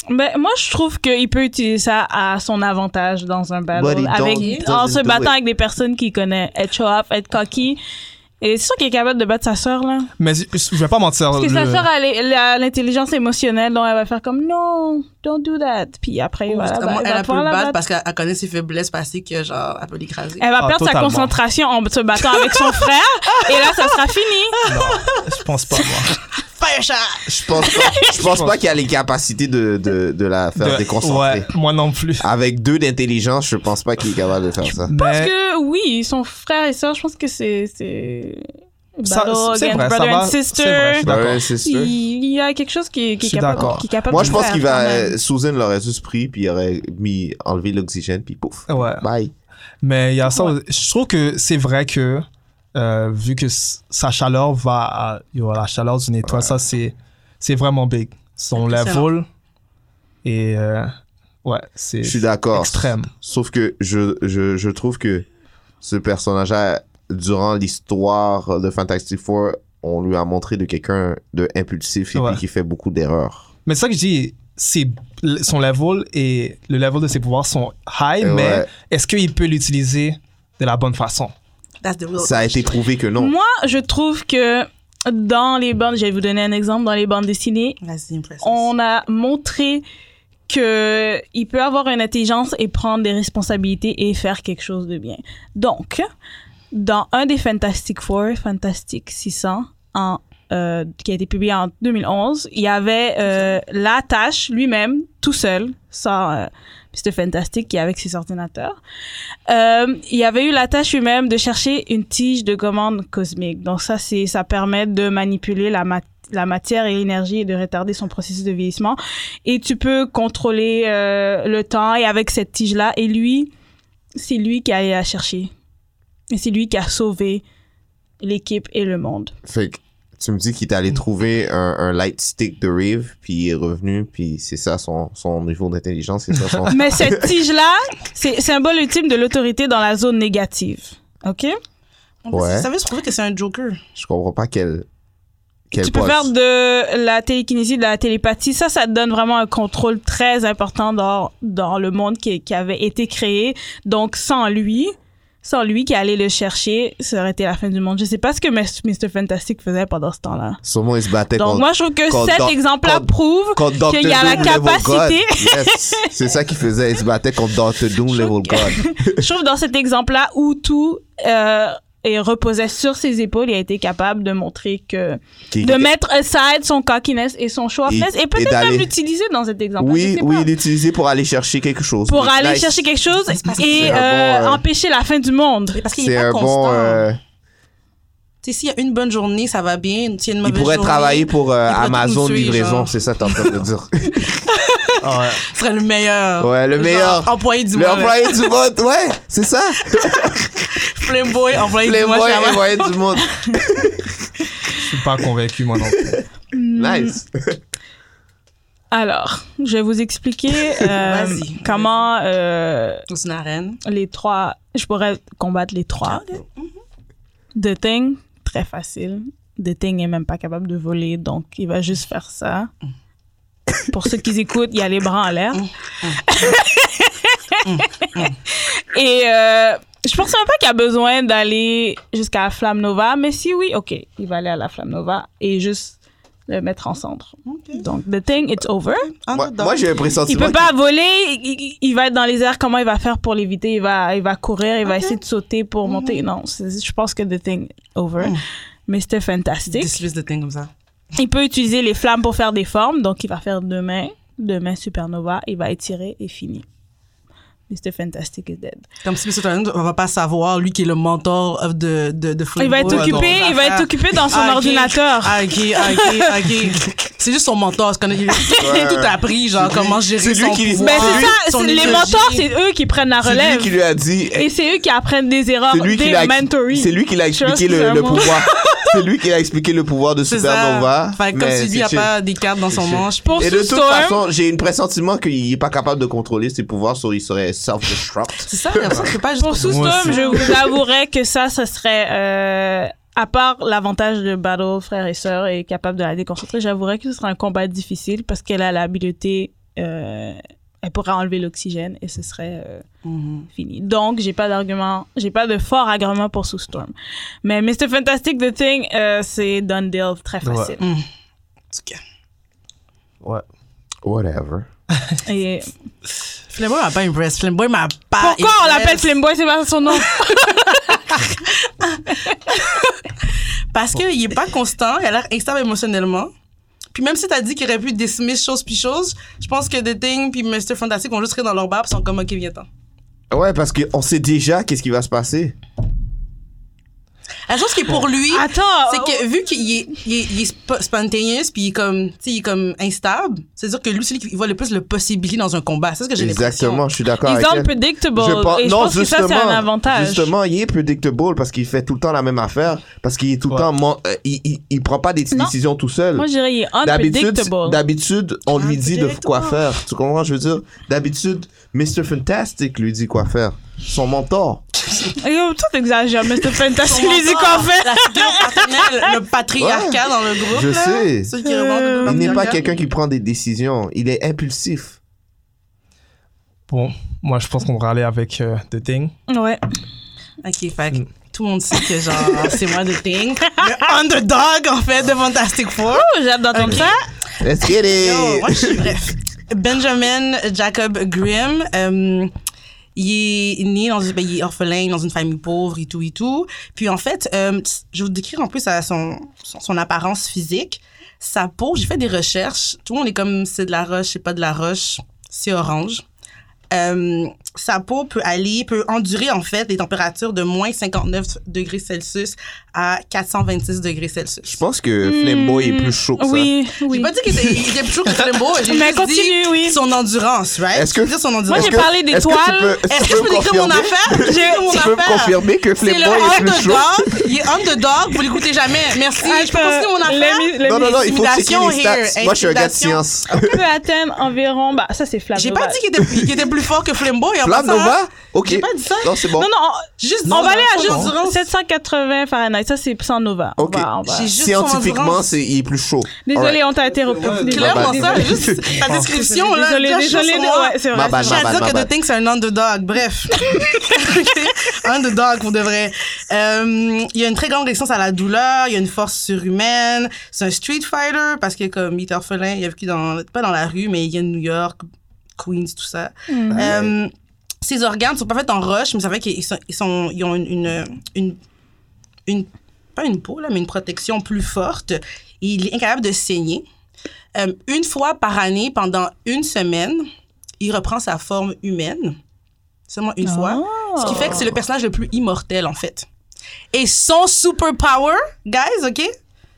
Ben, moi, je trouve qu'il peut utiliser ça à son avantage dans un
But he
battle. Avec,
don't-
en se
doesn't do
battant
it.
avec des personnes qu'il connaît. Être show-off, être cocky. Et c'est sûr qu'il est capable de battre sa sœur, là.
Mais je, je vais pas mentir.
Parce que
le-
sa sœur elle est- elle a l'intelligence émotionnelle, donc elle va faire comme non, don't do that. Puis après,
Ou,
voilà,
comme,
bah,
moi,
elle,
elle
va
a pu
pouvoir
le
la
battre
battre.
parce qu'elle elle connaît ses faiblesses passées que, genre, elle peut l'écraser.
Elle va
Ah,
perdre sa
totalement.
concentration en se battant avec son frère, et là, ça sera fini.
Je pense pas, moi.
Fire shot!
Je pense pas, je pense pas qu'il a les capacités de, de, de la faire
De-
déconcentrer.
ouais, moi non plus.
Avec deux d'intelligence, je pense pas qu'il est capable de faire ça.
Parce
Mais-
que oui, son frère et sœur, je pense que c'est. c'est...
Ça-
Battle
c'est
against
vrai, ça
brother
va,
and
c'est
sister.
vrai, je suis d'accord.
Ouais, c'est sûr.
Il, il y a quelque chose qui, qui,
Je
est,
suis
capable,
d'accord.
qui est capable
Ah. Moi,
de
je pense
faire,
qu'il
quand
va.
même.
euh, Susan l'aurait juste pris, puis il aurait mis, enlevé l'oxygène, puis pouf.
Ouais.
Bye.
Mais il y a ça. Je trouve que c'est vrai que euh, vu que s- sa chaleur va à yo, la chaleur d'une étoile, ça c'est c'est vraiment big. Son
Impressionnant.
level et euh, ouais, c'est
Je suis d'accord.
extrême.
Sauf que je, je, je trouve que ce personnage-là, durant l'histoire de Fantastic Four, on lui a montré de quelqu'un de impulsif et
Ouais.
puis qui fait beaucoup d'erreurs.
Mais c'est ça que je dis, c'est son level et le level de ses pouvoirs sont high,
Et
mais
ouais.
est-ce qu'il peut l'utiliser de la bonne façon
That's the real
Ça a été prouvé que non.
Oh, Moi, je trouve que dans les bandes, je vais vous donner un exemple, dans les bandes dessinées,
Vas-y, impressive.
on a montré que il peut avoir une intelligence et prendre des responsabilités et faire quelque chose de bien. Donc, dans un des Fantastic Four, Fantastic 600, en, euh, qui a été publié en 2011, il y avait euh, la tâche lui-même, tout seul, sans euh, Mr. Fantastic qui est avec ses ordinateurs. Euh, il y avait eu la tâche lui-même de chercher une tige de commande cosmique. Donc ça, c'est ça permet de manipuler la matière la matière et l'énergie et de retarder son processus de vieillissement. Et tu peux contrôler euh, le temps et avec cette tige-là. Et lui, c'est lui qui a, a cherché. Et c'est lui qui a sauvé l'équipe et le monde.
Fait que tu me dis qu'il est allé
Mm.
trouver un, un light stick de Reeve, puis il est revenu, puis c'est ça son, son niveau d'intelligence, c'est ça son.
Mais cette tige-là, c'est symbole ultime de l'autorité dans la zone négative. OK?
On-
Ouais.
Ça veut se prouver que c'est un Joker.
Je comprends pas quel. quel
tu peux
boss.
faire de la télékinésie, de la télépathie. Ça, ça te donne vraiment un contrôle très important dans, dans le monde qui, qui avait été créé. Donc, sans lui, sans lui qui allait le chercher, ça aurait été la fin du monde. Je sais pas ce que Mr. Fantastic faisait pendant ce temps-là.
Sûrement, il se battait
Donc,
contre.
moi, je trouve que
quand
cet
Doc-
exemple-là
quand-
prouve
contre Dr.
qu'il y a la
Doom Level God.
capacité.
Yes. C'est ça qu'il faisait. Il se battait contre Dr. Doom
Je trouve
Level God.
je trouve dans cet exemple-là où tout euh, et reposait sur ses épaules, il a été capable de montrer que
Qui-
de mettre aside son cockiness et son show-offness
Et-
et,
et
peut-être
d'aller-
même l'utiliser dans cet exemple.
Oui, oui, il l'utilisait pour aller chercher quelque chose.
pour
Donc,
aller
nice.
chercher quelque chose
parce que
et
c'est un
euh,
bon, euh,
empêcher la fin du monde.
Mais parce qu'il
C'est
est pas
un
constant.
bon. euh,
Tu sais, s'il y a une bonne journée, ça va bien. S'il y a une
il
mauvaise
pourrait
journée,
travailler pour euh,
il pourrait tout
Amazon
me tuer,
livraison,
genre.
c'est ça que t'es en train de dire.
Ouais.
Ce serait le meilleur.
Ouais, le
Genre,
meilleur.
employé du
Le
mois. là.
employé du monde, ouais, c'est ça.
Playboy, employé du mois.
Playboy,
chez Amazon.
employé du monde.
Je suis pas convaincu moi non plus.
Hmm.
Nice.
Alors, je vais vous expliquer euh,
Vas-y.
comment euh,
Dans une arène.
les trois, je pourrais combattre les trois. The Thing, très facile. The Thing est même pas capable de voler, donc il va juste faire ça. Pour ceux qui écoutent, il y a les bras en l'air. Et euh, je pense même pas qu'il y a besoin d'aller jusqu'à la Flamme Nova, mais si oui, ok, il va aller à la Flamme Nova et juste le mettre en cendre.
Ok.
Donc, The Thing, it's over.
Ah,
Moi,
non,
moi, j'ai un
Il
pressentiment.
peut pas voler, il, il- il va être dans les airs. Comment il va faire pour l'éviter Il va, il va courir, il va essayer de sauter pour monter. Non, c'est- je pense que the thing over. Mais c'était fantastique.
Dismiss the thing comme ça.
Il peut utiliser les flammes pour faire des formes, donc il va faire deux mains, deux mains supernova, il va étirer et fini. Mr. Fantastic is dead.
Comme si Mr. Tornado, on va pas savoir, lui qui est le mentor of the, de, de
Il va être
Flambeau,
occupé,
dans-
il va être occupé dans son
Ah, ok.
ordinateur.
Ah, ok, ah, ok, ah, ok. C'est juste son mentor, c'est qu'on a- il a tout appris, genre comment
c'est
gérer
lui
son
qui-
pouvoir.
Ben, c'est ça,
son
c'est- les
énergie.
mentors, c'est eux qui prennent la
C'est
relève.
lui qui lui a dit.
Et c'est eux qui apprennent des erreurs,
C'est lui, qui
des
l'a
mentoring.
c'est lui qui l'a
Je sais
expliqué
pas si c'est
le,
un
le
mot.
pouvoir. c'est lui qui l'a expliqué le pouvoir de
C'est ça.
Supernova.
Fait que comme
mais
tu dis, il n'y a
c'est-
pas des cartes dans son
c'est-
manche.
Pour
Et de toute
Storm,
façon, j'ai une pressentiment qu'il n'est pas capable de contrôler ses pouvoirs, soit il serait self-destruct.
C'est ça, il y a ça, c'est pas juste.
pour Soustom, je vous avouerais que ça, ce serait, euh, à part l'avantage de Battle, frère et sœur, et capable de la déconcentrer, j'avouerais que ce serait un combat difficile parce qu'elle a l'habileté, euh, elle pourrait enlever l'oxygène et ce serait euh,
Mhm.
fini. Donc, j'ai pas d'argument, j'ai pas de fort argument pour Soustorm. Mais Mr. Fantastic, The Thing, euh, c'est done deal très
Ouais.
facile.
Ok.
Ouais.
Whatever.
Et
Flamboy m'a pas impress. Flamboy m'a pas
pourquoi on l'appelle
impress.
Flamboy, c'est pas son nom?
Parce qu'il est pas constant, il a l'air instable émotionnellement. Puis même si t'as dit qu'il aurait pu décimer chose puis chose, je pense que The Thing puis Mr. Fantastic vont juste rire dans leur barbe, ils sont comme OK, viens-t'en.
Ouais, parce qu'on sait déjà qu'est-ce qui va se passer.
La chose qui est
Ah.
pour lui,
Attends, oh.
c'est que vu qu'il est, il est, il est spo- spontaneous puis il est comme, tu sais, il est comme instable, c'est-à-dire que lui, c'est lui qui voit le plus de possibilités dans un combat. C'est ce que j'ai l'impression.
Exactement, je suis d'accord
Ils
avec
sont
elle.
predictable.
Je pense-
et je
non,
pense que ça, c'est un
justement,
avantage.
Justement, il est predictable parce qu'il fait tout le temps la même affaire, parce qu'il est tout le
Ouais.
temps, mon- euh, il, il, il prend pas des
Non.
décisions tout seul.
Moi, je dirais, il est
Ah,
D'habitude,
unpredictable.
d'habitude, on lui dit de quoi
Unpredictable.
faire. Tu comprends? Je veux dire, d'habitude, Mr. Fantastic lui dit quoi faire. Son mentor.
Et oh, Toi, t'exagères, mais c'est fantastique.
Son
Il dit
mentor,
qu'on fait.
La figure paternelle, le patriarcat
Ouais.
dans le groupe.
Je
là,
sais.
celui
Euh,
qui remonte le
Il n'est pas
patriarcat.
quelqu'un qui prend des décisions. Il est impulsif.
Bon, moi, je pense qu'on va aller avec euh, The Thing.
Ouais. Oh,
Ok, fait
Mm.
que tout le monde sait que genre, c'est moi The Thing. Le underdog, en fait, de Fantastic Four.
Oh, J'ai hâte d'entendre ça.
Let's get
Yo,
it!
moi, Oh, je suis- bref. Benjamin Jacob Grimm, euh, il est né dans une, ben, il est orphelin dans une famille pauvre et tout et tout. Puis en fait, euh, je vais vous décrire en plus sa- son, son, son apparence physique. Sa peau, j'ai fait des recherches. Tout le monde est comme c'est de la roche, c'est pas de la roche, c'est orange. Euh, sa peau peut aller, peut endurer en fait des températures de moins 59 degrés Celsius à 426 degrés Celsius.
Je pense que Flamboy est plus chaud que ça.
Mm, Oui, oui.
J'ai pas dit qu'il était, il était plus chaud que Flambeau. J'ai
Mais
juste
continue,
dit
oui.
son endurance, right?
Est-ce que-
Je veux dire son endurance.
Moi, j'ai
Est-ce que-
parlé des
est-ce que tu
toiles.
peux-
Est-ce
tu
que je
peux
peux décrire mon
confirmer?
affaire? Je décris mon
Tu peux me
affaire.
confirmer que
C'est le
Flamboy est plus chaud?
underdog. Il est underdog. Vous l'écoutez jamais. Merci. Je peux continuer mon affaire?
Non, non, non, il faut checker
Intimidation
les stats.
here,
Moi, je suis un gars de
euh, intimidation. Ah,
science.
peut atteindre environ. Bah, ça, c'est flamme.
J'ai pas dit qu'il était, qu'il était plus fort que Flambeau. et en
Flamme
passant,
Nova? Ok.
J'ai pas dit ça.
Non, c'est bon.
Non, non.
J'ai juste
on-
dit
On
son
va aller à
endurance.
juste 780 Fahrenheit. Ça, c'est 100 Nova. On
Ok.
va- on va-
J'ai juste son
Scientifiquement,
endurance.
c'est, il est plus chaud.
Désolé,
Alright.
on t'a interrompu. Bah, Désolé.
Clairement,
Bye
ça,
bye.
juste ta description, là.
Désolé,
dire
désolé.
juste moi.
Ouais, c'est vrai.
Ma bad,
Je
c'est
tiens
ma
à
bad,
dire
ma
que
bad.
The Thing, c'est un underdog. Bref. underdog, pour de vrai. Euh, il y a une très grande résistance à la douleur. Il y a une force surhumaine. C'est un street fighter parce que, comme, il était orphelin. Il a vécu dans, pas dans la rue, mais il vient de New York, Queens, tout ça.
Mm-hmm.
Euh, ses organes sont pas faits en roche, mais ça fait qu'ils sont, ils sont- ils ont une, une, une, une- pas une peau, là, mais une protection plus forte. Il est incapable de saigner. Euh, une fois par année, pendant une semaine, il reprend sa forme humaine. Seulement une fois. Ce qui fait que c'est le personnage le plus immortel, en fait. Et son superpower, guys, OK?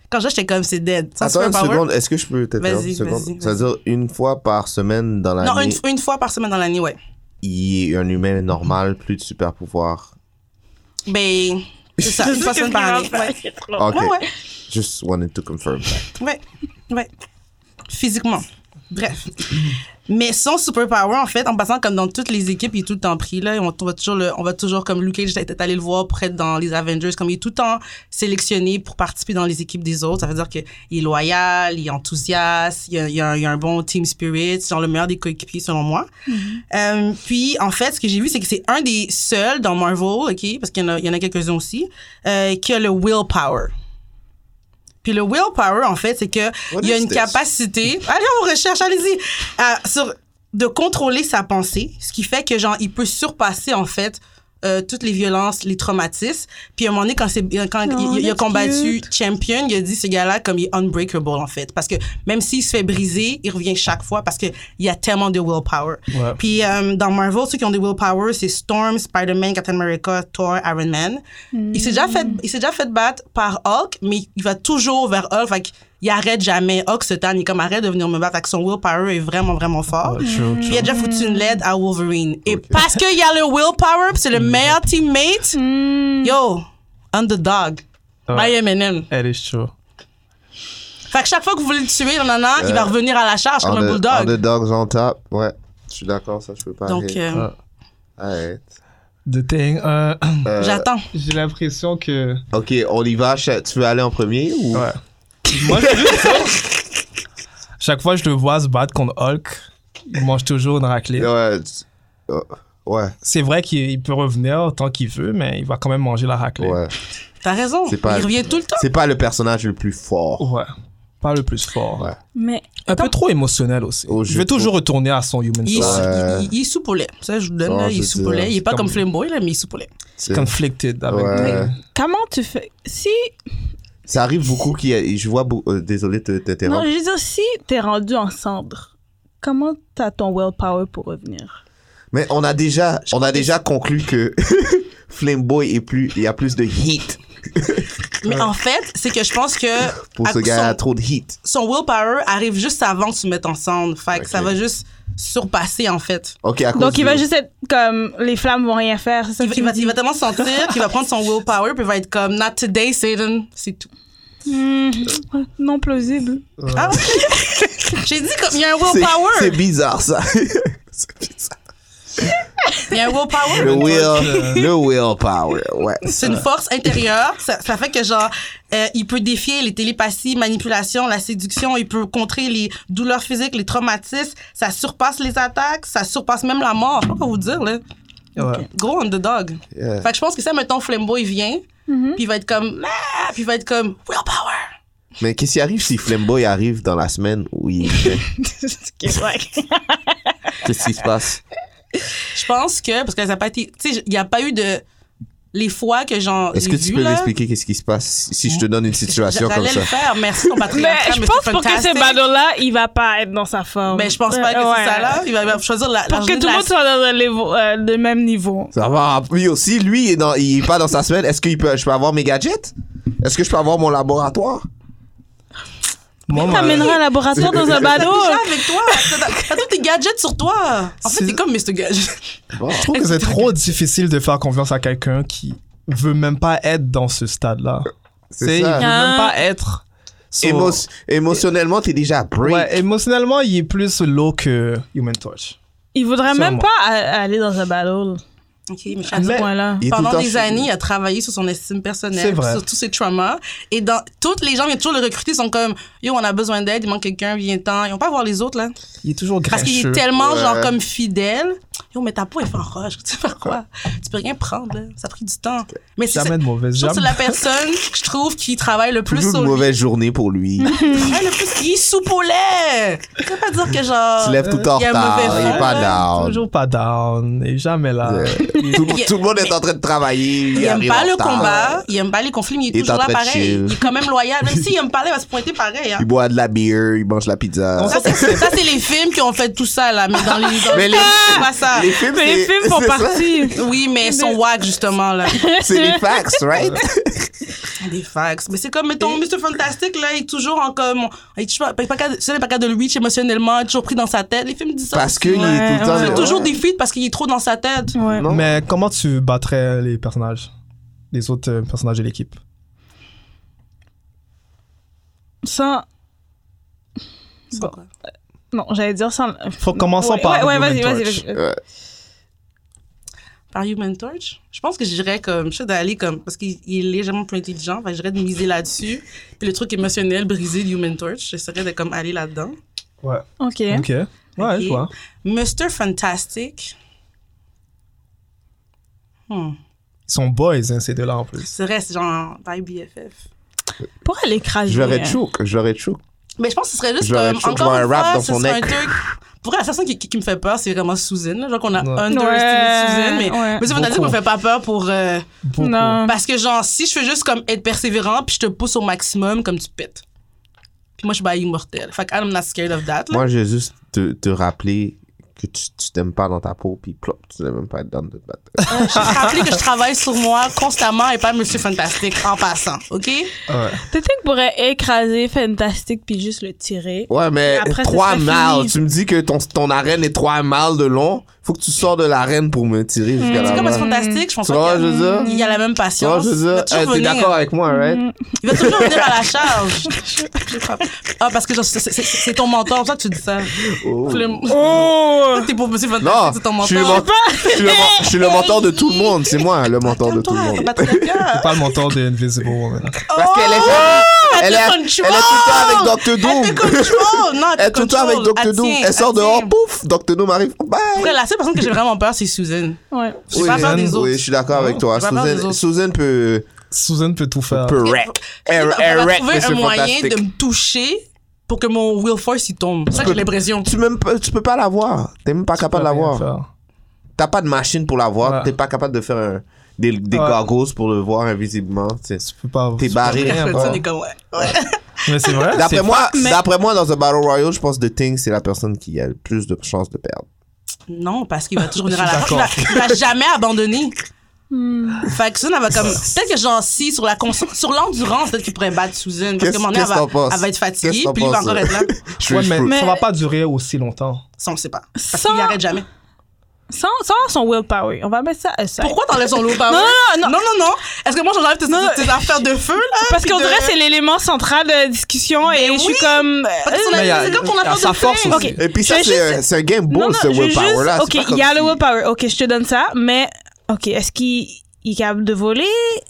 Quand j'étais comme, c'est dead. Son
Attends une
superpower-
seconde, est-ce que je peux t'interrompre
Vas-y,
une
vas-y,
seconde? Ça veut dire une fois par semaine dans
Non, une,
l'année,
une fois par semaine dans l'année, ouais.
il est un humain normal, plus de super pouvoir.
Ben, c'est ça, une fois semaine par année. ouais.
Ok.
Ah Ouais, ouais.
Just wanted to confirm that.
Ouais, ouais. Physiquement. Bref. Mais son superpower, en fait, en passant comme dans toutes les équipes, il est tout le temps pris. Là, on, on va toujours, le- on va toujours comme Luke Cage, j'étais allé le voir près dans les Avengers, comme il est tout le temps sélectionné pour participer dans les équipes des autres. Ça veut dire qu'il est loyal, il est enthousiaste, il a, il a un- il a un bon team spirit, c'est genre le meilleur des coéquipiers selon moi. Euh, puis, en fait, ce que j'ai vu, c'est que c'est un des seuls dans Marvel, OK, parce qu'il y en a, il y en a quelques-uns aussi, euh, qui a le willpower. Puis le willpower, en fait, c'est que
What
il y a
is
une
this?
capacité. Allez, on recherche, allez-y. euh, Ah, sur de contrôler sa pensée, ce qui fait que genre il peut surpasser en fait euh, toutes les violences, les traumatismes. Puis à un moment donné, quand, c'est, quand
Oh,
il, il a
that's
combattu
cute.
Champion, il a dit ce gars-là comme il est unbreakable en fait. Parce que même s'il se fait briser, il revient chaque fois parce qu'il y a tellement de willpower.
Ouais.
Puis euh, dans Marvel, ceux qui ont des willpower, c'est Storm, Spider-Man, Captain America, Thor, Iron Man. Il s'est déjà fait, il s'est déjà fait battre par Hulk, mais il va toujours vers Hulk. Fait qu'il arrête jamais. Hulk se tanne, il est comme arrête de venir me battre. Fait que son willpower est vraiment, vraiment fort.
Ouais, true,
Puis
true.
il a déjà foutu une LED à Wolverine. Et parce qu'il y a le willpower, puis c'est
Hmm.
le meilleur teammate, yo, underdog.
Ouais.
I am an M.
Elle est true.
Fait que chaque fois que vous voulez le tuer, nanana, il va revenir à la charge comme un
Under-
bulldog.
Underdogs on top. Ouais. Je suis d'accord, ça, je peux pas.
Donc, euh,
Ouais.
Arrête.
The thing. euh,
Euh,
j'attends.
J'ai l'impression que.
Ok, on y va. Cha- Tu veux aller en premier ou.
Ouais. Moi, je veux juste ça. Chaque fois que je le vois se battre contre Hulk, il mange toujours une raclée.
Ouais. tu- oh, Ouais,
C'est vrai qu'il il peut revenir autant qu'il veut, mais il va quand même manger la raclée.
ouais.
T'as raison.
C'est pas-
Il revient tout le temps.
C'est pas le personnage le plus fort.
Ouais. Pas le plus fort.
Ouais.
Mais
Un peu trop émotionnel aussi.
Au
je
jeu-
vais toujours retourner à son human
Il, est
side.
Ouais.
sous- il, il est sous poulet. Ça, je vous donne,
Oh,
là, il est
je
sous
sais.
poulet. Il est pas
Comme-
comme Flamboy, là, mais il est sous poulet.
C'est-
Conflicted avec.
Ouais.
comment tu fais. Si.
Ça arrive beaucoup qu'il y a- Je vois. beau- euh, désolé de
Non,
t'interrompre.
je veux dire, si t'es rendu en cendre, comment t'as ton willpower pour revenir?
Mais on a déjà, on a déjà conclu que Flameboy est plus, il y a plus de heat
Mais en fait, c'est que je pense que
pour
à-
ce gars, il a
son,
trop de heat.
son willpower arrive juste avant de se mettre ensemble. Fait que ça
Ok.
va juste surpasser, en fait.
Ok, à cause
Donc, il
de-
va juste être comme les flammes vont rien faire, c'est ça que
Il va,
tu
il
me
va-
dis?
il va tellement sentir qu'il va prendre son willpower puis il va être comme Not today, Satan. C'est tout.
Hmm, Non plausible.
Ah, J'ai dit comme il y a un
C'est- C'est
willpower.
bizarre ça. C'est bizarre.
Il y a un
Le
willpower.
will, le willpower. Ouais.
C'est une force intérieure. Ça, ça fait que genre, euh, il peut défier les télépathies, manipulations, la séduction. Il peut contrer les douleurs physiques, les traumatismes. Ça surpasse les attaques. Ça surpasse même la mort. Je sais pas quoi vous dire là.
Ouais.
Go underdog.
Yeah.
Fait que je pense que ça, mettons, Flambeau, il vient,
Mm-hmm.
puis il va être comme, ah, puis il va être comme, willpower.
Mais qu'est-ce qui arrive si Flameboy arrive dans la semaine où il fait Qu'est-ce qui se passe
Je pense que, parce que ça n'a pas été, tu sais, il n'y a pas eu de, les fois que j'en.
Est-ce
ai
que tu
vu,
peux
là,
m'expliquer qu'est-ce qui se passe si- si je te donne une situation comme
J'allais
ça
le faire, merci ton
Mais
patriarcat,
je
mais
pense
c'est
pour que ce
fantastique.
ballon-là, il va pas être dans sa forme.
Mais je pense pas que
Ouais.
c'est ça là. Il va, il va choisir la. la
Pour que
journée
tout le
de
monde
la-
soit dans le, niveau- euh, le même niveau.
Ça va. Lui aussi, lui, il est, dans- il est pas dans sa semaine. Est-ce que je peux avoir mes gadgets Est-ce que je peux avoir mon laboratoire
Moi, moi,
T'amèneras un laboratoire dans un ballon.
T'as déjà avec toi. T'as- T'as t'as tous tes gadgets sur toi. En fait,
C'est-
t'es comme Mr. Gadget.
je trouve que c'est trop difficile de faire confiance à quelqu'un qui veut même pas être dans ce stade-là.
Euh, C'est
Tu sais, Il veut
ça.
même
Ah.
pas être. sur-
Émo- émotionnellement, t'es déjà break.
Ouais, émotionnellement, il est plus low que Human Torch.
Il voudrait même
Sûrement.
pas a- aller dans un ballon
Ok, mais je
à ce
Mais-
point-là.
Il est tout le temps
pendant des
chez lui.
années, il a travaillé sur son estime
C'est
personnelle,
vrai.
sur tous ses traumas. Et dans toutes les gens viennent toujours le recruter, sont comme yo, on a besoin d'aide, il manque quelqu'un, viens ten. Ils vont pas voir les autres là,
Il est toujours
parce qu'il est
grincheux.
tellement
Ouais.
genre comme fidèle. Yo, mais ta peau est en roche, tu sais faire quoi Tu peux rien prendre, là. ça a pris du temps. Mais c'est
Jamais de mauvaise
je
jambe.
trouve que c'est la personne que je trouve qui travaille le plus
Toujours
sur
une
lui.
mauvaise journée pour lui.
Ah, le plus, il est sous-poulet! Tu peux pas dire que
Il
genre. euh,
se lève tout en
il y a un
retard,
mauvais
il est
vent,
pas
là.
down.
Toujours pas down. Il est jamais là.
Tout,
Il-
tout le monde est en train de travailler.
Il aime
arrive en
pas le
retard.
combat, il aime pas les conflits, mais il
Il
est
est
toujours
en train
là
de
pareil.
chill.
Il est quand même loyal. Même s'il aime parler, il va se pointer pareil. Hein.
Il boit de la bière, il mange la pizza.
On
Ça, c'est ça, c'est les films qui ont fait tout ça, là. Mais dans les. Dans
Mais les-
c'est pas ça.
les films,
Mais les
c'est-
films font
c'est ça.
partie.
Oui, mais ils sont wack, justement, là.
C'est les facts, right?
Des fax. Mais c'est comme, mettons, Mr. Fantastic, là, il est toujours en comme. Il est toujours pas, pas, capable- ça, il est pas capable de le reach émotionnellement, il est toujours pris dans sa tête. Les films disent ça.
Parce
aussi.
qu'il est tout le temps.
Ouais,
C'est
ouais.
toujours des feats parce qu'il est trop dans sa tête.
Ouais.
Non.
Mais comment tu battrais les personnages Les autres euh, personnages de l'équipe
Sans. Bon. Non, j'allais dire sans.
Faut commencer
Ouais,
par.
Ouais, ouais,
Human
vas-y, vas-y,
Torch.
vas-y.
Ouais.
Par Human Torch, je pense que je dirais comme, je sais d'aller comme, parce qu'il il est légèrement plus intelligent, enfin, je dirais de miser là-dessus. Puis le truc émotionnel, brisé de Human Torch, j'essaierais de comme aller là-dedans.
Ouais.
Ok.
Ok. Ouais,
Ok.
je vois.
Mr. Fantastic, hmm.
Ils sont boys, hein, ces deux-là en plus.
c'est vrai, c'est genre by BFF.
Pour aller écraser.
Je l'aurais
hein.
choke, je l'aurais choke.
Mais je pense que ce serait juste
Je l'aurais
comme,
toujours
encore
un
une
rap
fois,
dans
ce
son
serait un
nec.
truc Pour vrai, la personne qui, qui, qui me fait peur, c'est vraiment Susan. là. Genre qu'on a
Ouais.
underestimé
Ouais,
Susan, mais,
ouais.
mais ça veut dire qu'on
Beaucoup.
me fait pas peur pour. euh,
Beaucoup.
Non. Bah,
parce que, genre, si je fais juste comme être persévérant, puis je te pousse au maximum, comme tu pètes. Puis moi, je suis pas immortel. Fait que I'm not scared of that. là.
Moi, j'ai juste te, te rappeler que tu tu t'aimes pas dans ta peau, puis plop, tu n'aimes même pas être dans de battre.
Je rappelé que je travaille sur moi constamment et pas Monsieur Fantastique en passant, OK?
Ouais.
Peut-être qu'il pourrait écraser Fantastic puis juste le tirer.
Ouais, mais
Après, ce
trois
serait
miles.
fini.
Tu me dis que ton, ton arène est trois miles de long. Faut que tu sors de l'arène pour me tirer jusqu'à
C'est
la
comme Monsieur
main.
Fantastique, je pense
Tu vois,
pas qu'il
je veux
y a-
dire?
il y a la même
Tu vois,
patience.
je veux dire,
il, va toujours Mm-hmm.
eh, t'es
venir,
d'accord avec moi, right?
il va toujours venir à la charge. J'ai pas- ah, parce que genre, c'est- c'est c'est ton mentor, c'est pour ça que tu dis ça.
Oh.
Le-
Oh!
T'es pour Monsieur
Non,
Fantastique, c'est ton
je suis, le
mentor.
men- je suis le men- je suis le mentor de tout le monde. C'est moi le mentor de tout le
Calme-toi, t'es
monde.
pas très bien.
C'est pas le mentor de Invisible Woman.
Parce qu'elle est
Oh,
jalouse. Elle est,
Elle te
elle est tout le temps avec Dr.
Elle te
Doom.
contrôle. Non,
Elle est
elle te
tout le temps avec
contrôle.
Dr. Doom.
tient,
Elle sort dehors,
tient.
pouf, Dr. Doom arrive. Bye.
Après, la seule personne que j'ai vraiment peur, c'est Susan.
Ouais.
J'ai pas peur des autres.
Oui, je suis d'accord avec toi.
J'ai pas peur des
Susan,
autres.
Susan peut,
Susan peut tout faire.
peut wreck. Elle
Elle
elle
va
wreck,
trouver un
Monsieur
moyen de
Fantastique.
me toucher pour que mon will force il tombe. C'est ça que j'ai l'impression.
Tu, même, pas- tu peux pas l'avoir. T'es même pas capable de
Rien à
l'avoir.
faire.
T'as pas de machine pour
Ouais.
l'avoir. T'es pas capable de faire un- des, des
Ouais.
gargouilles pour le voir invisiblement. C'est-
Tu peux pas.
T'es
tu peux
barré.
rien
Après,
faire.
ça, on est comme, ouais. Ouais.
Mais c'est vrai.
D'après
c'est-
moi, d'après moi, dans un Battle Royale, je pense que The Thing, c'est la personne qui a le plus de chances de perdre.
Non, parce qu'il va toujours venir à la
Je suis
fin. Il va, il va jamais abandonner. Fait que Susan, elle va comme. Peut-être que genre, si, sur la conscience, sur l'endurance, peut-être qu'il pourrait battre Susan. Parce
Qu'est-ce
que mon elle,
qu'est-ce
va,
t'en penses?
elle va être fatiguée,
Qu'est-ce t'en
puis lui va
penses,
encore
euh?
être là.
Je-
Ouais,
je-
mais,
Mais-
ça va pas durer aussi longtemps.
Ça, on sait pas. Parce
Sans-
qu'il arrête jamais.
Sans, sans son willpower. On va mettre ça à ça.
Pourquoi t'enlèves son low power?
Non,
non, non, non, non. Est-ce que moi, j'enlève tes,
Non.
tes affaires de feu, là?
Parce
Ah, puis
qu'on
de-
dirait que c'est l'élément central de la discussion et
Mais
je suis
oui.
comme.
Parce que son
Mais il y a-
c'est comme
il
ton
y a
affaire de
sa force
feu.
aussi.
Ok.
Et puis ça,
Je vais
c'est
juste-
un- c'est un game
Non,
bull,
non,
ce
je veux
willpower là.
juste-
C'est pas
Ok,
comme
il y a
si-
le willpower. Ok, je te donne ça, mais ok, est-ce qu'il il est capable de voler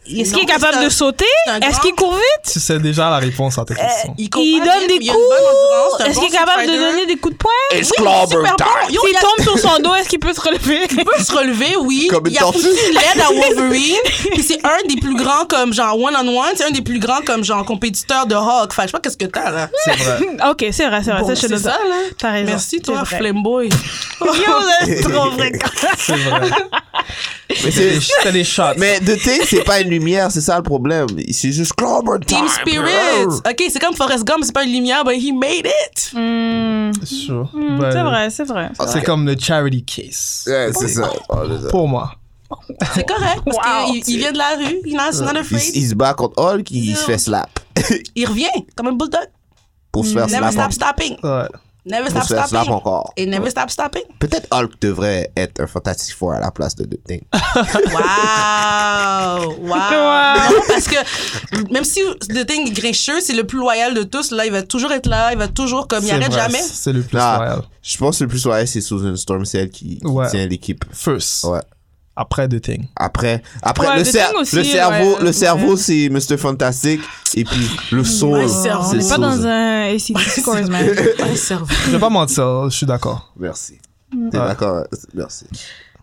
Est-ce
Non,
qu'il est capable
c'est un-
de sauter
c'est un
Est-ce
grand-
qu'il court vite
Tu sais déjà la réponse à ta question.
Il,
Il
combat
donne
vite,
des
il y a une bonne endurance,
coups
c'est un
Est-ce
bon
qu'il est capable de
fighter.
donner des coups de poing
It's
Oui,
clobbering
super bon.
time.
Yo, il
S'il
y a-
tombe sur son dos, est-ce qu'il peut se relever
peut se relever, oui.
Comme une
il a
tortue.
foutu une LED à Wolverine. Puis c'est un des plus grands comme genre one-on-one. C'est un des plus grands comme genre compétiteur de Hawk. Fait que je sais pas qu'est-ce que t'as là.
C'est vrai.
Ok, c'est vrai, c'est vrai.
Bon,
ça, je te
c'est
donne
ça, là.
T'as raison.
Merci toi,
c'est vrai.
Flamboy.
Yo, vous êtes trop fréquents.
C'est vrai.
Mais
T'as des-
c'est-
T'as des shots.
Mais de thé, c'est pas une lumière, c'est ça le problème. C'est juste clobbering time.
Team Spirit. OK, c'est comme Forrest Gump, c'est pas une lumière, but he made it.
Hmm,
Sure.
hmm,
Ben,
C'est vrai, c'est vrai.
C'est comme le charity case.
Ah, Ouais, c'est ça. Oh, c'est ça.
Pour moi.
C'est correct parce
Wow.
qu'il il vient de la rue, il not, he's not
Il,
afraid.
il se bat contre Hulk, il
Non.
se fait slap.
Il revient comme un bulldog.
Pour se
Mm,
faire
Never
slap, en-
stop stopping.
Ouais.
Never
pour
stop
se faire slap
stopping.
encore.
Et never stop stopping.
Peut-être Hulk devrait être un Fantastic Four à la place de The Thing.
Wow! Wow!
Wow.
Parce que même si The Thing est grincheux, c'est le plus loyal de tous. Là, il va toujours être là, il va toujours comme. Il
C'est
arrête
vrai,
jamais.
C'est le plus
Ah.
royal.
Je pense que le plus loyal, c'est Susan Storm, c'est elle qui, qui
Ouais.
tient l'équipe.
First.
Ouais.
Après The Thing.
Après, après
Ouais,
le,
The
cer-
Thing aussi,
le cerveau,
ouais.
le cerveau, c'est Mr. Fantastic. Et puis le soul,
Ouais, cerveau.
On
c'est
n'est pas
Susan.
dans un ACT Scores, man.
Pas le cerveau.
Je vais pas mentir, je suis d'accord.
Merci. T'es
Mm.
Ouais.
d'accord? euh, Merci.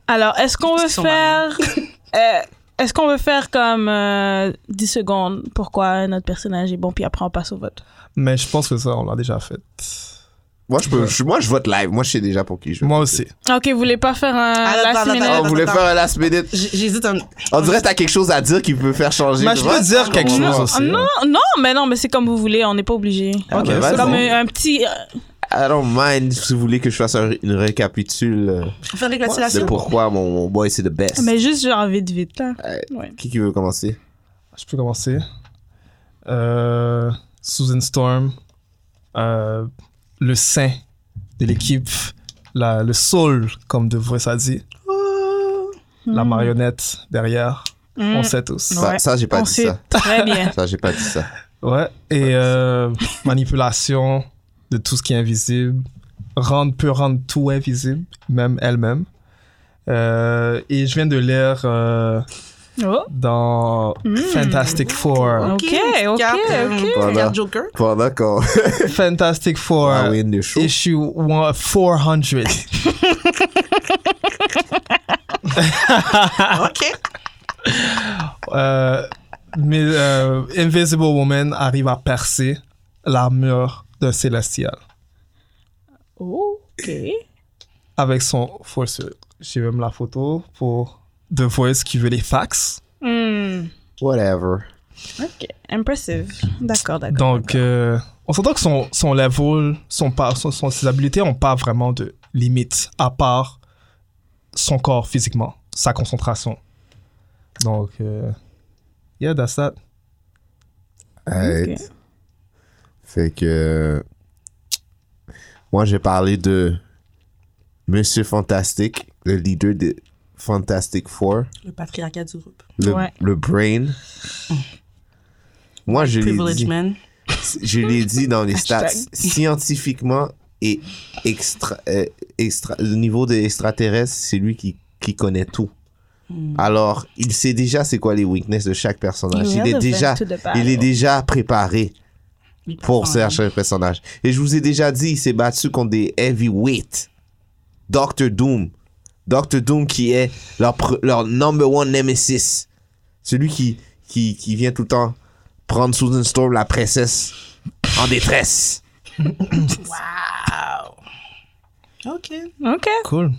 Alors, est-ce qu'on veut
Ils sont mariés.
faire. euh, est-ce qu'on veut faire comme euh, 10 secondes pourquoi notre personnage est bon, puis après on passe au vote
Mais je pense que ça, on l'a déjà fait.
Moi, je peux, je- moi, je vote live. Moi, je sais déjà pour qui je vais
Moi
voter.
aussi.
Ok, vous voulez pas faire euh, un
Attends,
last
attends,
minute?
Oh,
attends.
vous voulez faire un last minute?
J- J'hésite un.
On dirait que t'as quelque chose à dire qui peut faire changer.
Mais je peux dire
Ah,
quelque
Non,
chose aussi.
non, non, mais non, mais c'est comme vous voulez, on n'est pas obligé.
ben,
Ok, c'est
vas-y.
Comme
bon.
un, un petit. euh,
I don't mind si vous voulez que je fasse un- une récapitule euh,
Je vais faire
de
une
pourquoi mon, mon boy c'est the best.
Mais juste genre vite, vite, hein. là. Ouais.
Qui qui veut commencer?
Je peux commencer. Euh, Susan Storm, euh, le sein de l'équipe, la- le soul, comme De Vries a dit, la marionnette derrière, on sait tous.
Ça,
Ouais.
ça, j'ai pas
On
dit
sait
ça.
Hmm, très bien.
Ça, j'ai pas dit ça.
Ouais, et euh, manipulation de tout ce qui est invisible, rendre, peut rendre tout invisible, même elle-même. Euh, et je viens de lire euh,
Oh,
dans Fantastic Four.
Ah
ok, ok, ok.
Voilà.
Regarde Joker.
Pendant qu'on
Fantastic Four.
va win le show.
issue one- 400.
OK.
Euh, mais euh, Invisible Woman arrive à percer l'armure d'un Célestial.
Ok.
avec son forceur. J'ai même la photo pour The Voice qui veut les fax.
Hmm.
Whatever.
OK. Impressive. D'accord, d'accord.
Donc, euh, on s'entend que son, son level, son, pas- son, son- ses habiletés n'ont pas vraiment de limite, à part son corps physiquement, sa concentration. Donc, euh, yeah, that's that.
Alright. Fait que. Moi, j'ai parlé de Monsieur Fantastique, le leader de Fantastic Four,
Le patriarcat du groupe.
le,
Ouais.
le brain. Moi, je l'ai
Privileged
dit,
man.
je l'ai dit dans les stats
Hashtag.
scientifiquement et extra, euh, extra- le niveau de extraterrestre, c'est lui qui, qui connaît tout. Alors, il sait déjà c'est quoi les weaknesses de chaque personnage.
You
Il est
relevant
déjà,
to the
il est
battle.
déjà préparé
Il
pour
prend-
chercher un personnage. Et je vous ai déjà dit, il s'est battu contre des heavyweights. Doctor Doom. Doctor Doom qui est leur, pr- leur number one nemesis. Celui qui, qui, qui vient tout le temps prendre Susan Storm, la princesse, en détresse.
OK.
OK.
Cool.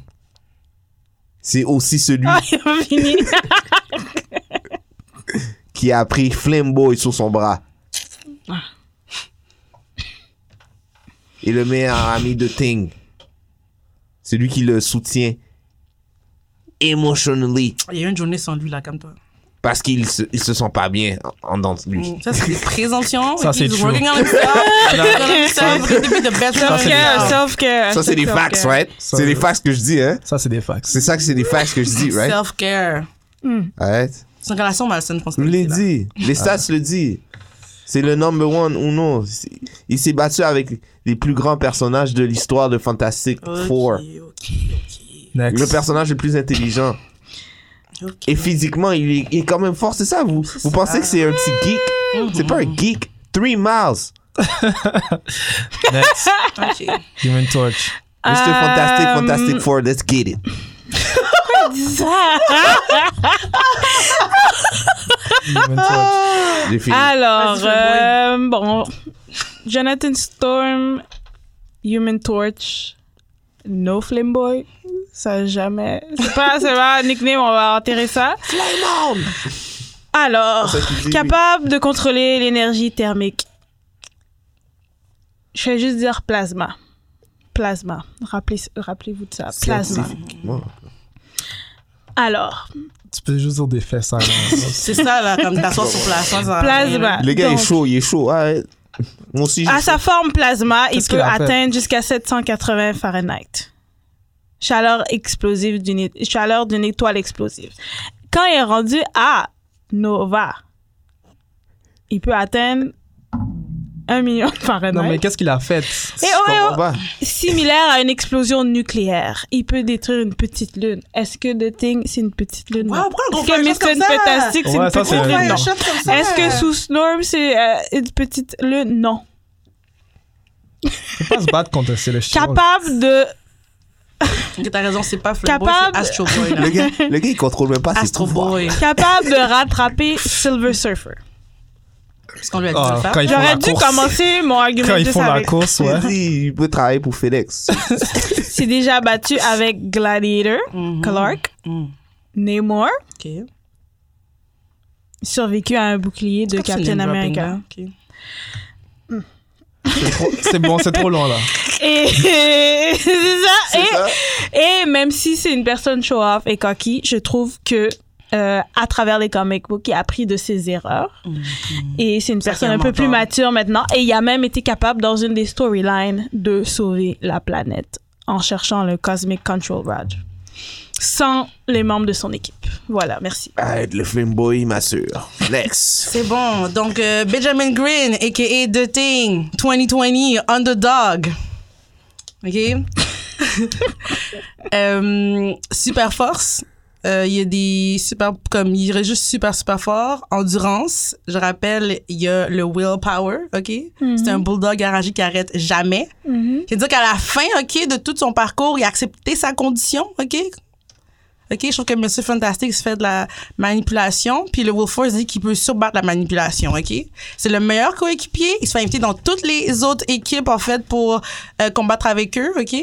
C'est aussi celui
Ah, il a fini.
qui a pris Flame Boy sur son bras. Et le meilleur ami de Ting. Celui qui le soutient emotionally.
Il y a eu une journée sans lui, là, comme toi.
parce qu'ils se, ils se sent pas bien en dans lui.
Mm. Ça, c'est des présomptions.
Ça, c'est
He's
true.
working on himself. He's working on himself. He's gonna be the best
Sauf
version of
que,
himself.
sauf que.
Ça, c'est des facts, right?
Ça,
C'est des
euh,
facts que je dis, hein?
Ça, c'est des fax.
C'est ça que c'est des facts que je dis, right?
Self-care.
Right?
C'est une relation malsaine, je pense.
Je
que
vous l'ai
c'est là.
dit. Les stats le disent. C'est le number one ou non. C'est- Il s'est battu avec les plus grands personnages de l'histoire de Fantastic
OK,
Four.
Eh, OK,
Next.
Le personnage le plus intelligent.
OK, OK.
Et physiquement, il est, il est quand même fort. C'est ça, vous? Vous pensez que c'est un petit
Mhm.
geek? C'est pas un geek. Three miles.
Next.
OK.
Human Torch.
Mr. Fantastic,
Euh,
Fantastic Four, let's get it.
Human Torch.
J'ai fini.
Alors,
Vas-y, fais-le
euh, bon. Jonathan Storm, Human Torch, No Flame Boy. Ça, jamais. C'est pas, c'est pas un nickname, on va enterrer ça. Alors,
Ça, tu dis oui.
capable de contrôler l'énergie thermique. Je vais juste dire plasma. Plasma. Rappelez, rappelez-vous de ça. Plasma.
Scientifiquement.
Alors,
Tu peux juste dire des faits, ça. non.
C'est ça, là, comme t'assois sur place. ça, ça-
plasma.
Le Ah, gars
Donc, Ah,
est chaud, il est chaud. Ah, ouais. Moi aussi, j'ai
À
chaud.
sa forme plasma, il
Qu'est-ce qu'il
peut
a fait?
atteindre jusqu'à 780 Fahrenheit. Chaleur explosive d'une é- chaleur d'une étoile explosive. Quand il est rendu à Nova, il peut atteindre 1 million de Fahrenheit.
non, mais qu'est-ce qu'il a fait?
Et
Je
oh, et
comprends
oh,
pas.
similaire à une explosion nucléaire, il peut détruire une petite lune. Est-ce que The Thing, c'est une petite lune?
Ouais,
Non.
pourquoi on
Est-ce
fait
que
un geste
Mr.
comme ça?
Fantastic, c'est
Ouais,
une
ça,
petite
c'est-
Pourquoi
lune?
il
Non.
achète comme ça?
Est-ce que sous Storm, c'est euh, une petite lune? Non.
Faut pas se battre contre un Celestial.
Capable de
Ok, T'as raison, c'est pas Flame Boy,
Capable-
c'est Astro Boy. là.
Le gars, le gars, il contrôle même pas ses
Astro
pouvoirs.
Boy.
capable de rattraper Silver Surfer.
Parce qu'on lui a dit de
Ah,
le faire.
quand ils font la
J'aurais dû
course.
commencer mon argument
Quand ils
juste
font la
avec.
course,
Il
ouais.
dit, il peut travailler pour FedEx.
C'est déjà battu avec Gladiator, Clark,
Mhm.
Namor,
Ok.
survécu à un bouclier de
Pourquoi tu
Captain
name dropping, hein.
America.
là? Ok.
C'est trop- C'est bon, c'est trop long, là.
Et c'est ça.
C'est
Et-
ça?
Et même si c'est une personne show-off et coquille, je trouve que euh, à travers les comic books, il a appris de ses erreurs.
Oh
Et c'est une personne un peu
mentor.
plus mature maintenant. Et il a même été capable, dans une des storylines, de sauver la planète en cherchant le Cosmic Control Rod. Sans les membres de son équipe. Voilà, merci.
Arrête, le flame boy, il m'assure. Next.
C'est bon. Donc, euh, Benjamin Green, a.k.a. The Thing, 2020, Underdog. OK? Euh, super force. Euh, Il y a des super... Comme, il est juste super, super fort. Endurance. Je rappelle, il y a le willpower, OK? C'est un bulldog arraché qui arrête jamais. C'est-à-dire qu'à la fin, OK, de tout son parcours, il a accepté sa condition, OK? OK, je trouve que Monsieur Fantastic se fait de la manipulation, puis le Wolf Force dit qu'il peut surbattre la manipulation, OK? C'est le meilleur coéquipier. Il se fait inviter dans toutes les autres équipes, en fait, pour euh, combattre avec eux, OK?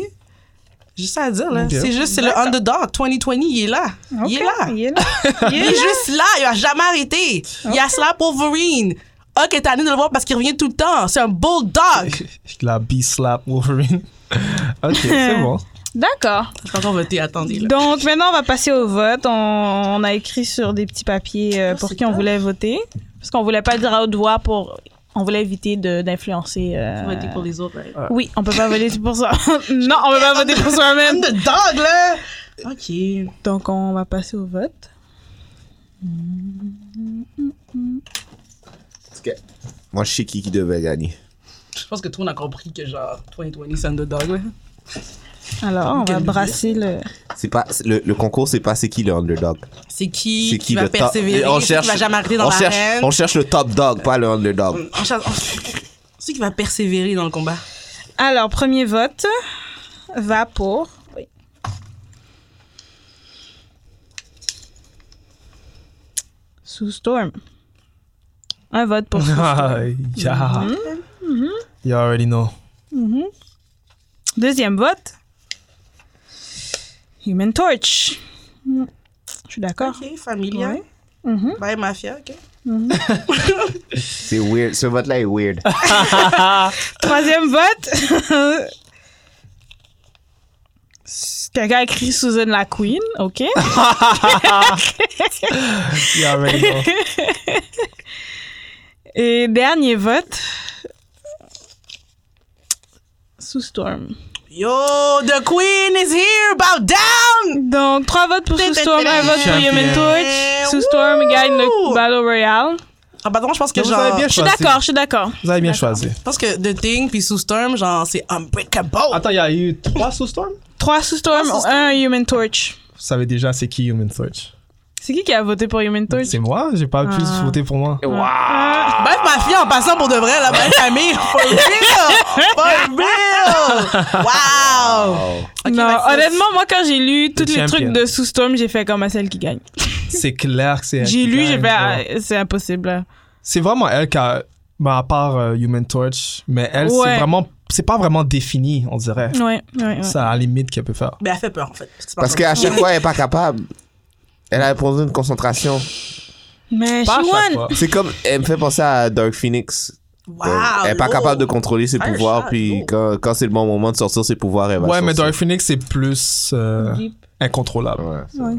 Juste à dire, là.
Ok.
C'est juste, c'est le underdog. 2020, il est là. Il est là.
Ok, Il est là. Il
Il
est
est
là.
juste là, il a jamais arrêté. Il a slap Wolverine. Ok, t'as année de le voir parce qu'il revient tout le temps. C'est un bulldog.
La B-slap Wolverine. ok, c'est bon.
D'accord.
Je vais encore voter, attendez. Là.
Donc maintenant, on va passer au vote. On, on a écrit sur des petits papiers euh, pour
Ah, c'est
qui on
top.
voulait voter. Parce qu'on voulait pas dire à haute voix pour. On voulait éviter de- d'influencer. euh,
Voter pour les autres. Right?
Oui, on peut pas voter pour ça. non, on peut pas voter pour soi-même.
Underdog, là. Ok.
Donc, on va passer au vote.
Moi, je sais qui, qui devait gagner.
Je pense que tout le monde a compris que genre 2020 c'est underdog. là.
Alors, on va
Quelle
brasser le.
C'est pas, c'est- le, le concours, c'est pas c'est qui le underdog.
C'est qui,
C'est
qui va
le top-
persévérer,
On
c'est qui va jamais arrêter dans
on
la
cherche,
reine.
on cherche le top dog, pas le underdog.
On cherche- on- Celui qui va persévérer dans le combat.
Alors, premier vote va pour. Oui. Sue Storm. Un vote pour Sue Storm.
Ah, yeah.
Mm-hmm.
You already know.
Deuxième vote. Human Torch. Mm. Je suis d'accord.
Ok, familial.
Ouais.
Mm-hmm.
Bye, mafia, ok.
C'est weird. Ce vote-là est weird.
Troisième vote. Quelqu'un a écrit Susan la Queen, ok.
You already know.
Et dernier vote. Sous Storm.
Yo, the queen is here, bow down!
Donc, trois votes pour Sous Storm, un vote pour Yemen
Champion.
Torch. Sous Storm gagne le
Wouh!
Battle Royale.
Ah, bah non, je pense que
Vous
genre.
avez bien
Je suis
choisi.
d'accord, je suis d'accord.
Vous avez bien choisi.
Je pense que The Thing puis Sue Storm, genre, c'est unbreakable.
Attends, il y a eu trois sous Storm
Trois Sous Storm,
Trois Sue Storm.
un Human Torch.
Vous savez déjà c'est qui Human Torch
C'est qui qui a voté pour Human Torch?
C'est moi, j'ai pas pu
Ah.
voter pour moi. Ah.
Bref, ma fille, en passant pour de vrai, la belle famille, for real! For real! Wow! Ok,
non,
Maxime.
honnêtement, moi, quand j'ai lu tous les
champion.
trucs de Sous Storm, j'ai fait comme à celle qui gagne.
C'est clair que c'est. elle
J'ai
qui
lu,
gagne,
j'ai fait,
genre.
ah, c'est impossible. là.
C'est vraiment elle qui a. ben, à part euh, Human Torch, mais elle,
Ouais.
c'est vraiment. C'est pas vraiment défini, on dirait.
Ouais, ouais, ouais.
Ça, à la limite, qu'elle peut faire.
Mais Ben, elle fait peur, en fait. C'est pas
Parce qu'à chaque fois, elle est pas capable. Elle a besoin de concentration.
Mais
Pas à
she
chaque
won.
fois.
C'est comme, elle me fait penser à Dark Phoenix. Euh,
Wow! oh.
elle est pas
lourd.
capable de contrôler ses
Fire
pouvoirs,
shot,
puis
lourd.
quand, quand c'est le bon moment de sortir ses pouvoirs, elle va
Ouais, mais
sortir.
Dark Phoenix, c'est plus euh, incontrôlable.
Ouais, c'est-
Ouais.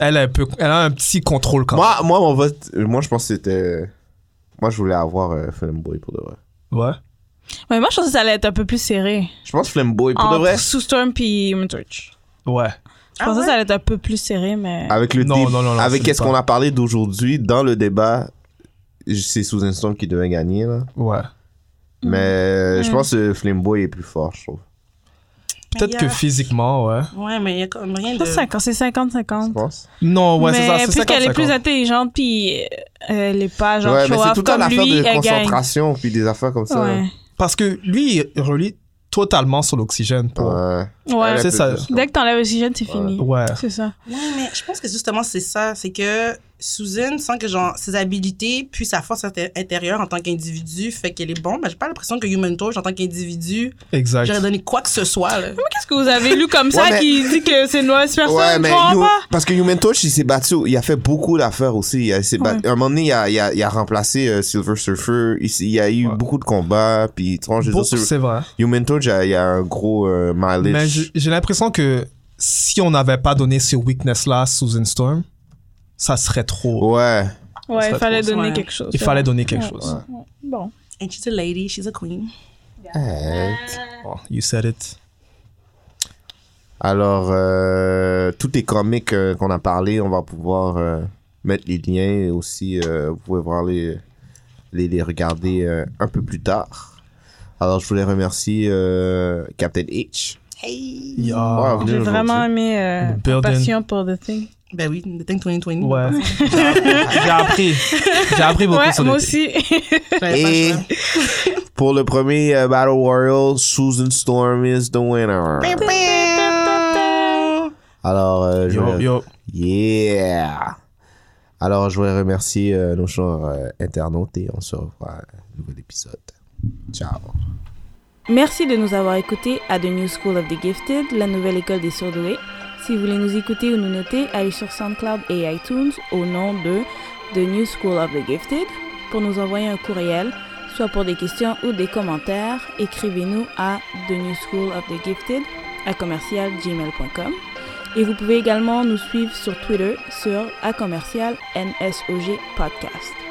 Elle, a un peu, elle a un petit contrôle quand
Moi, moi, mon vote, euh, moi, je pense que c'était. Moi, je voulais avoir euh, Flamboy pour de vrai.
même. Ouais.
Mais moi, je pensais que ça allait être un peu plus serré.
Je pense Flamboy pour de vrai.
Entre Sue Storm puis Human Torch.
Ouais.
Je
Ah
pensais que
ouais?
ça allait être un peu plus serré, mais.
Avec le
Non,
dé-
non, non, non,
avec
c'est
qu'est-ce
pas.
qu'on a parlé d'aujourd'hui dans le débat, j- c'est sous Storm qui devait gagner là.
Ouais.
Mm.
Mais euh, je pense que Flamboy est plus fort, je trouve.
Peut-être
Mais,
que
euh,
physiquement, ouais.
Ouais, mais il y a comme rien
Je
de.
pense que c'est 50 c'est
Tu
50-50.
penses
Non, ouais, c'est ça.
mais
C'est
plus qu'elle est
50-50.
plus intelligente, puis euh, elle est pas genre
Ouais, mais c'est
show-off
tout le temps
comme
l'affaire
lui,
de
elle gagne.
concentration puis des affaires comme ça.
Ouais.
Parce que lui, il relie totalement sur l'oxygène. Pour...
Ouais.
Ouais.
Elle est
C'est
plus-
ça.
Dès que t'enlèves l'oxygène, c'est fini.
Ouais.
C'est ça.
Ouais, mais je pense que justement, c'est ça. C'est que Susan sent que genre, ses habilités puis sa force inté- intérieure en tant qu'individu fait qu'elle est bonne. Mais j'ai pas l'impression que Human Torch, en tant qu'individu,
Exact.
j'aurais donné quoi que ce soit. Là.
Qu'est-ce que vous avez lu comme ça
Ouais, mais-
qui dit que c'est une mauvaise personne?
Ouais,
je
mais
comprends
You-
pas.
parce que Human Torch, il s'est battu, il a fait beaucoup d'affaires aussi. Il s'est battu- À un moment donné, il a, il a, il a remplacé euh, Silver Surfer. Il, s- il y a eu
Ouais.
beaucoup de combats. Puis, tu vois, je veux
Beaucoup,
dire, sur-
c'est vrai.
Human Torch, il y a- il y a un gros euh, mileage.
Mais j'ai j'ai l'impression que si on n'avait pas donné ce weakness-là sous une storm, ça serait trop.
Ouais.
Ouais,
Ça
il fallait
trouve-
donner
ouais.
quelque chose.
Il fallait donner quelque
Ouais.
chose.
Bon.
And she's a lady, she's a queen.
Alright.
Oh, you said it.
Alors, euh, tous les comics euh, qu'on a parlé, on va pouvoir euh, mettre les liens et aussi, euh, vous pouvez voir les, les, les regarder euh, un peu plus tard. Alors, je voulais remercier euh, Captain H.
Hey!
Yeah.
Ouais,
J'ai
venez
vraiment aimé euh,
The building.
Passion pour The Thing.
Ben oui, The Thing 2020.
Ouais. J'ai appris. J'ai appris beaucoup
Ouais,
sur
moi
le-
aussi.
J'avais pas
Et
le choix.
pour le premier euh, Battle Royale, Susan Storm is the winner. Alors, euh, je
Yo,
voulais-
yo.
Yeah! Alors, je voulais remercier euh, nos chers euh, internautes et on se revoit à un nouvel épisode. Ciao!
Merci de nous avoir écoutés à The New School of the Gifted, la nouvelle école des surdoués. Si vous voulez nous écouter ou nous noter, allez sur SoundCloud et iTunes au nom de The New School of the Gifted pour nous envoyer un courriel, soit pour des questions ou des commentaires. Écrivez-nous à The New School of the Gifted à commercialgmail.com. Et vous pouvez également nous suivre sur Twitter sur à commercial NSOG Podcast.